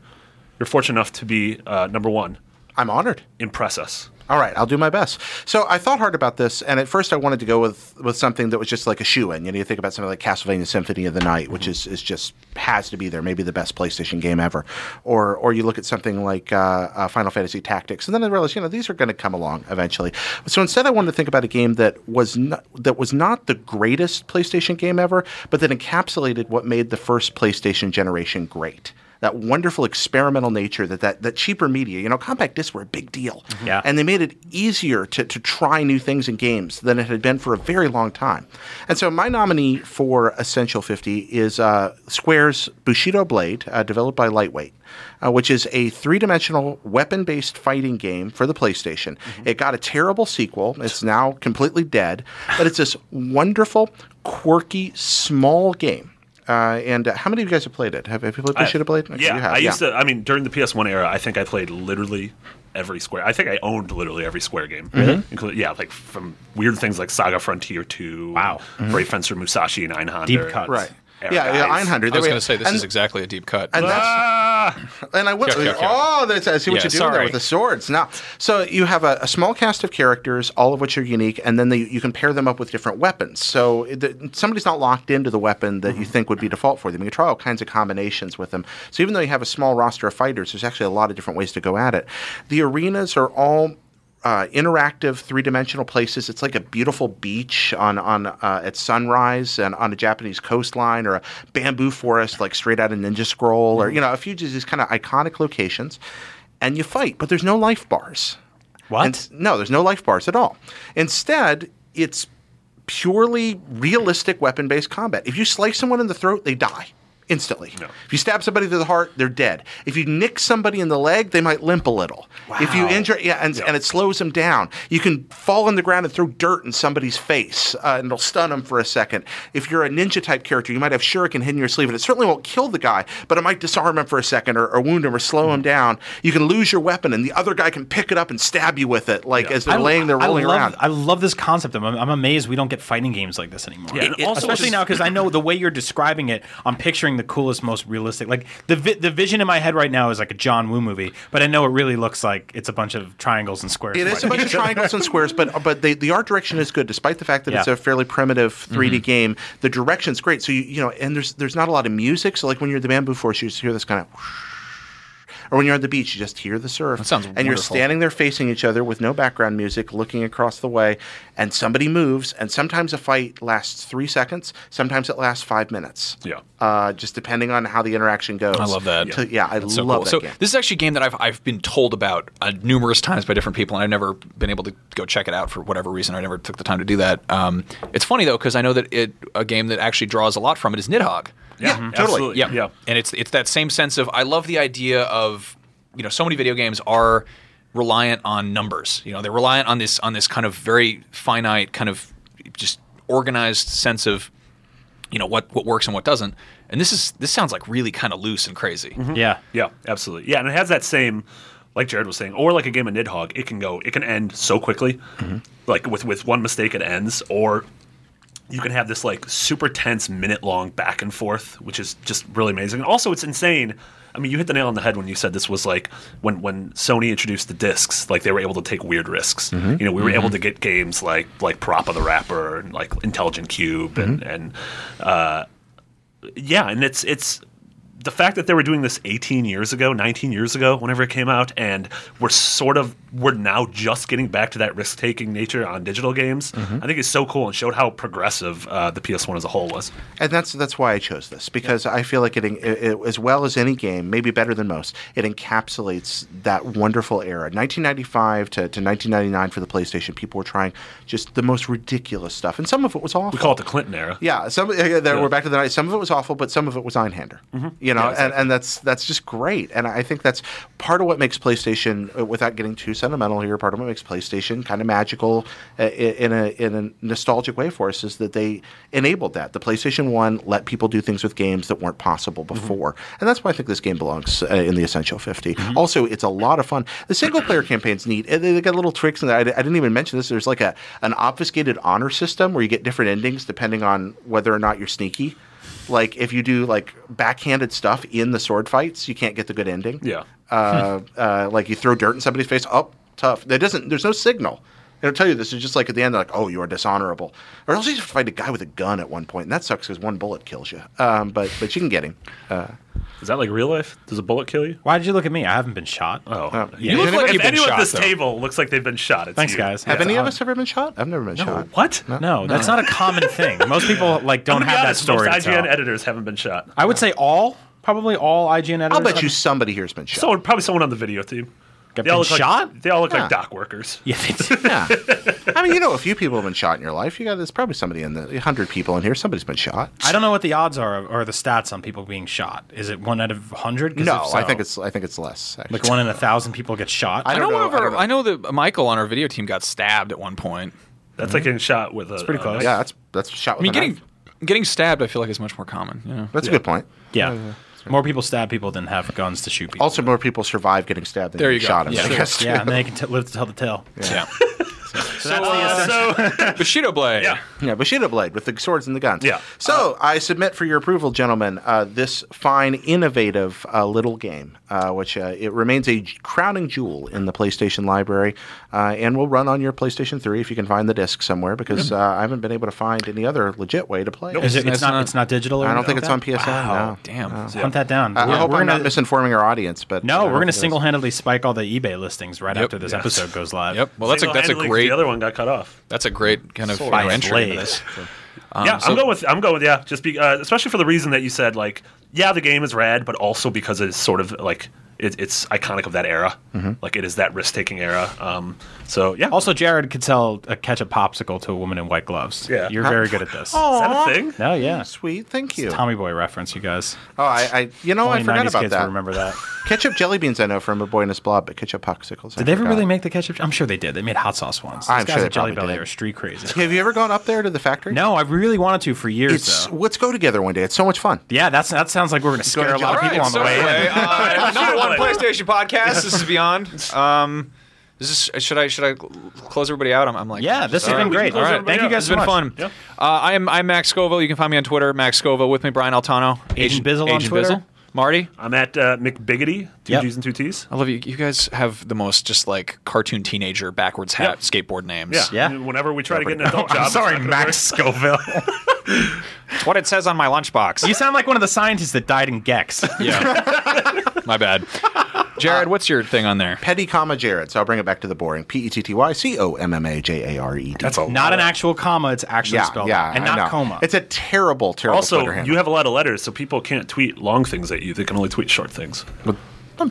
you're fortunate enough to be uh, number one.
yeah. I'm honored.
Impress us.
All right, I'll do my best. So I thought hard about this, and at first I wanted to go with with something that was just like a shoe in. You know, you think about something like Castlevania Symphony of the Night, which is, is just has to be there, maybe the best PlayStation game ever, or or you look at something like uh, uh, Final Fantasy Tactics, and then I realized you know these are going to come along eventually. So instead, I wanted to think about a game that was not, that was not the greatest PlayStation game ever, but that encapsulated what made the first PlayStation generation great. That wonderful experimental nature that, that that cheaper media, you know, compact discs were a big deal.
Yeah.
And they made it easier to, to try new things in games than it had been for a very long time. And so my nominee for Essential 50 is uh, Square's Bushido Blade, uh, developed by Lightweight, uh, which is a three dimensional weapon based fighting game for the PlayStation.
Mm-hmm.
It got a terrible sequel. It's now completely dead, but it's this wonderful, quirky, small game. Uh, and uh, how many of you guys have played it? Have, have you played Bushido Blade? Okay,
yeah,
you have,
I used to. I mean, during the PS1 era, I think I played literally every Square. I think I owned literally every Square game. Really? yeah, like from weird things like Saga Frontier 2,
Wow. Mm-hmm.
Brave Fencer Musashi and Einhander.
Deep cuts.
Right.
Era
Yeah, yeah,
guys.
900.
I was going to say this is exactly a deep cut.
And that's,
Ah!
And I went,
Okay, okay.
oh, that's, I see what
Yeah,
you're doing there
sorry.
with the swords. Now, so you have a, a small cast of characters, all of which are unique, and then they, you can pair them up with different weapons. So it- the, somebody's not locked into the weapon that
Mm-hmm.
you think would be default for them. You can try all kinds of combinations with them. So even though you have a small roster of fighters, there's actually a lot of different ways to go at it. The arenas are all uh, interactive three-dimensional places. It's like a beautiful beach on on uh, at sunrise and on a Japanese coastline or a bamboo forest, like straight out of Ninja Scroll, or you know, a few just these kind of iconic locations. And you fight, but there's no life bars.
What?
And- no, there's no life bars at all. Instead, it's purely realistic weapon based combat. If you slice someone in the throat, they die instantly. If you stab somebody through the heart, they're dead. If you nick somebody in the leg, they might limp a little. If you injure, yeah, and, and it slows them down. You can fall on the ground and throw dirt in somebody's face, uh, and it'll stun them for a second. If you're a ninja type character, you might have shuriken hidden in your sleeve, and it certainly won't kill the guy, but it might disarm him for a second or, or wound him or slow
Mm-hmm.
him down. You can lose your weapon, and the other guy can pick it up and stab you with it, like as they're laying there rolling
I love,
around.
I love this concept. I'm, I'm amazed we don't get fighting games like this anymore.
Yeah, and It- also
especially
just-
now because I know the way you're describing it, I'm picturing the coolest, most realistic. Like the vi- the vision in my head right now is like a John Woo movie, but I know it really looks like it's a bunch of triangles and squares.
It is a bunch of triangles and squares, but but the, the art direction is good, despite the fact that it's
Yeah.
a fairly primitive 3D
Mm-hmm.
game. The direction's great, so you you know, and there's there's not a lot of music. So like when you're at the bamboo forest, you just hear this kind of. Or when you're on the beach, you just hear the surf. That
sounds
and you're
wonderful.
standing there facing each other with no background music, looking across the way, and somebody moves. And sometimes a fight lasts three seconds. Sometimes it lasts five minutes.
Yeah.
Uh, just depending on how the interaction goes.
I love that.
To- yeah, I
That's
love
so cool.
that
so
game.
this is actually a game that I've I've been told about uh, numerous times by different people, and I've never been able to go check it out for whatever reason. I never took the time to do that. Um, it's funny though because I know that it a game that actually draws a lot from it is Nidhogg.
yeah,
Mhm.
totally.
Absolutely.
Yeah.
Yeah.
And it's it's that same sense of I love the idea of you know so many video games are reliant on numbers. You know, they're reliant on this on this kind of very finite kind of just organized sense of you know what what works and what doesn't. And this is this sounds like really kind of loose and crazy.
yeah.
Yeah, absolutely. Yeah, and it has that same, like Jared was saying, or like a game of Nidhogg, it can go, it can end so quickly, like with with one mistake it ends, or you can have this like super tense minute long back and forth, which is just really amazing. And also, it's insane. I mean, you hit the nail on the head when you said this was like when when Sony introduced the discs, like they were able to take weird risks. You know, we were able to get games like like Parappa the Rapper and like Intelligent Cube and and uh, yeah, and it's it's the fact that they were doing this 18 years ago, 19 years ago, whenever it came out, and we're sort of we're now just getting back to that risk taking nature on digital games.
Mm-hmm.
I think is so cool and showed how progressive uh, the PS1 as a whole was.
and that's that's why I chose this because I feel like it, en- it, it- as well as any game, maybe better than most, it encapsulates that wonderful era, 1995 to, to 1999 for the PlayStation. People were trying just the most ridiculous stuff, and some of it was awful.
We call it the Clinton era.
yeah, some uh, there, we're back to the night. Some of it was awful, but some of it was Einhander. You know, and, and that's that's just great. And I think that's part of what makes PlayStation, uh, without getting too sentimental here, part of what makes PlayStation kind of magical uh, i- in a in a nostalgic way for us is that they enabled that. The PlayStation One let people do things with games that weren't possible before, and that's why I think this game belongs uh, in the Essential 50 Also, it's a lot of fun. The single player campaign's neat. Uh, They they got little tricks in there. I, di- I didn't even mention this. There's like a an obfuscated honor system where you get different endings depending on whether or not you're sneaky. Like if you do like backhanded stuff in the sword fights, you can't get the good ending.
Yeah.
Uh, uh, like you throw dirt in somebody's face. Oh, tough. That doesn't. There's no signal. It'll tell you this is just like at the end, like, oh, you are dishonorable, or else you just fight a guy with a gun at one point, and that sucks because one bullet kills you. Um, but but you can get him.
Is that like real life? Does a bullet kill you?
Why did you look at me? I haven't been shot.
Oh,
yeah.
you look
Has
like
anybody
if
been
anyone
shot,
at this
though?
table looks like they've been shot. It's
Thanks,
you. Oh,
guys.
Have
Yeah.
any of us ever been shot? I've never been shot.
What?
No, that's not a common thing. Most
[laughs]
people like don't
To be
have
honest,
that story.
Most
to
IGN
tell.
editors haven't been shot.
I would say all, probably all IGN editors.
I'll bet you
have-
somebody here's been shot.
Someone, probably someone on the video team.
Got
They all look
been
like- [laughs]
shot?
they all look
Yeah.
like dock workers.
Yeah, they did.
yeah. I mean, you know, a few people have been shot in your life. You got there's probably somebody in the hundred people in here. Somebody's been shot.
I don't know what the odds are of- or the stats on people being shot. Is it one out of hundred?
No, I think it's I think it's less. Actually.
like one in a thousand people get shot.
I
I
don't
know,
know.
one of
I
our,
don't know.
I, know. that Michael on our video team got stabbed at one point.
That's like getting shot with a. It's
Mm-hmm. pretty close.
yeah, that's that's
I
shot. With
mean,
a
getting
knife.
getting stabbed, I feel like is much more common. You know?
that's a good point.
yeah. More people stab people than have guns to shoot people.
Also, more people survive getting stabbed than
There you
getting
go.
shot. I
Yeah.
guess,
yeah,
too.
and they can t- live to tell the tale.
Yeah.
So,
Bushido blade.
Yeah.
Yeah, Bushido Blade with the swords and the guns.
Yeah.
So
Uh,
I submit for your approval, gentlemen, uh, this fine, innovative uh, little game, uh, which uh, it remains a j- crowning jewel in the PlayStation library, uh, and will run on your PlayStation 3 if you can find the disc somewhere, because uh, I haven't been able to find any other legit way to play.
Is
it.
it, it's
That's
not,
not-
It's not digital. Or
I don't
anything
think it's on PSN.
like that? Wow.
No.
Oh, Damn.
Hunt that down.
I- I hope
we're
I'm
gonna,
not misinforming our audience, but
No,
uh,
we're going to
it is.
single-handedly spike all the eBay listings right after this episode goes live.
Yep. Well, that's a that's a
single-handedly,
great
The other one got cut off.
that's a great kind of you know,
By
entry into
Slade.
this.
Um,
yeah,
so-
I'm going with I'm going with yeah. Just be uh, especially for the reason that you said like yeah, the game is rad, but also because it's sort of like it, it's iconic of that era. Like it is that risk taking era. Um, so yeah,
Mm-hmm. Also, Jared could sell a ketchup popsicle to a woman in white gloves.
Yeah.
[laughs]
You're very good at this.
is that a thing?
No, yeah.
Sweet, Oh, thank you.
Tommy Boy reference, you guys.
Oh, I, I you know, I
Only
forgot
90s
about
kids
that.
will remember that.
Ketchup jelly beans, I know from a boy in his blob, but ketchup popsicles.
Did they ever really make the ketchup? I'm sure they did. They made hot sauce once. These
I'm
guys
sure they
at Jelly
probably
Belly
did.
are street crazy.
Have you ever gone up there to the factory?
no, I really wanted to for years,
It's
though.
let's go together one day. It's so much fun.
Yeah, that's that sounds like we're going to
Go to
scare a lot of
Jelly
people on the
so
way in.
anyway, uh, [laughs] number one
Sure.
PlayStation podcast. This is beyond. Um, this is, should I should I close everybody out? I'm, I'm like
Yeah, this has
All
been
right.
great.
All right.
Thank you
out.
guys
It's
so
been
much.
fun. Uh, I'm I'm Max Scoville. You can find me on Twitter, Max Scoville. With me, Brian Altano,
Agent Bizzle on
Agent
Twitter.
Bizzle. Marty,
I'm at uh, McBiggity, two
Yep.
G's and two T's.
I love you. You guys have the most just like cartoon teenager backwards hat skateboard names.
Yeah.
Yeah.
I mean, Whenever we try to get an adult job,
[laughs] I'm
it's
sorry,
not gonna
Max Scoville.
It's what it says on my lunchbox.
[laughs] you sound like one of the scientists that died in Gex.
yeah,
[laughs]
my bad.
Uh,
Jared, what's your thing on there?
Petty comma Jared. So I'll bring it back to the boring. P E T T Y C O M M A J A R E D. That's all.
Not an actual comma. It's actually
Yeah,
spelled
yeah,
out. and
I
not
know.
coma.
It's a terrible, terrible.
Also,
Twitter handle.
you have a lot of letters, so people can't tweet long things at you. They can only tweet short things.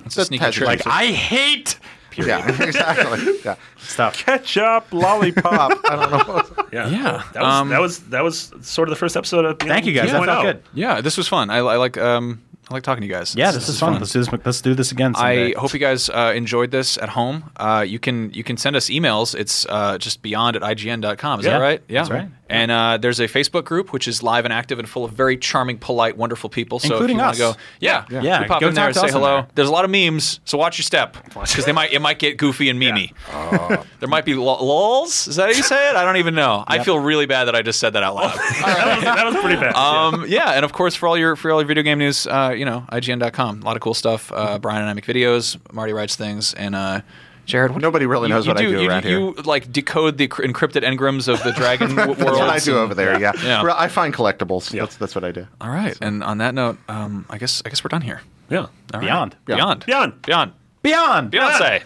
It's a sneaky
has-
trick.
like I hate
yeah, [laughs] exactly. Yeah.
stuff.
Ketchup lollipop. [laughs] I don't know.
Yeah,
Yeah.
That was,
Um,
that was that was sort of the first episode of.
Thank you guys. that felt good.
yeah, this was fun. I, I like um I like talking to you guys.
Yeah, this, is fun. Let's do this. Let's do this
I
again. someday.
hope you guys uh, enjoyed this at home. Uh, you can you can send us emails. It's uh, just beyond at ign.com. Is
Yeah,
that right?
that's right.
And uh, there's a Facebook group which is live and active and full of very charming, polite, wonderful people. So if
Including
you wanna
us.
go, yeah,
Yeah. Yeah,
you pop
go
in there
talk
and
to
say
us in
hello.
there.
There's a lot of memes, so watch your step because they might it might get goofy and memey.
Oh.
There might be lo- lols. Is that how you say it? I don't even know. I feel really bad that I just said that out loud.
Oh. [laughs] that, was, that was pretty bad.
Um, yeah, and of course for all your for all your video game news, uh, you know, IGN.com, a lot of cool stuff. Uh,
Mm-hmm.
Brian and I make videos. Marty writes things, and uh, Jared. What,
Nobody really
you-
knows
you
what I do
you,
around here.
You like decode the cr- encrypted engrams of the
[laughs]
dragon world.
That's what I do over there. Yeah,
Yeah.
Well, I find collectibles. That's that's what I do.
All right, and on that note, um, I guess I guess we're done here.
yeah.
All right.
Beyond.
beyond,
Beyond.
beyond,
Beyond.
Beyonce.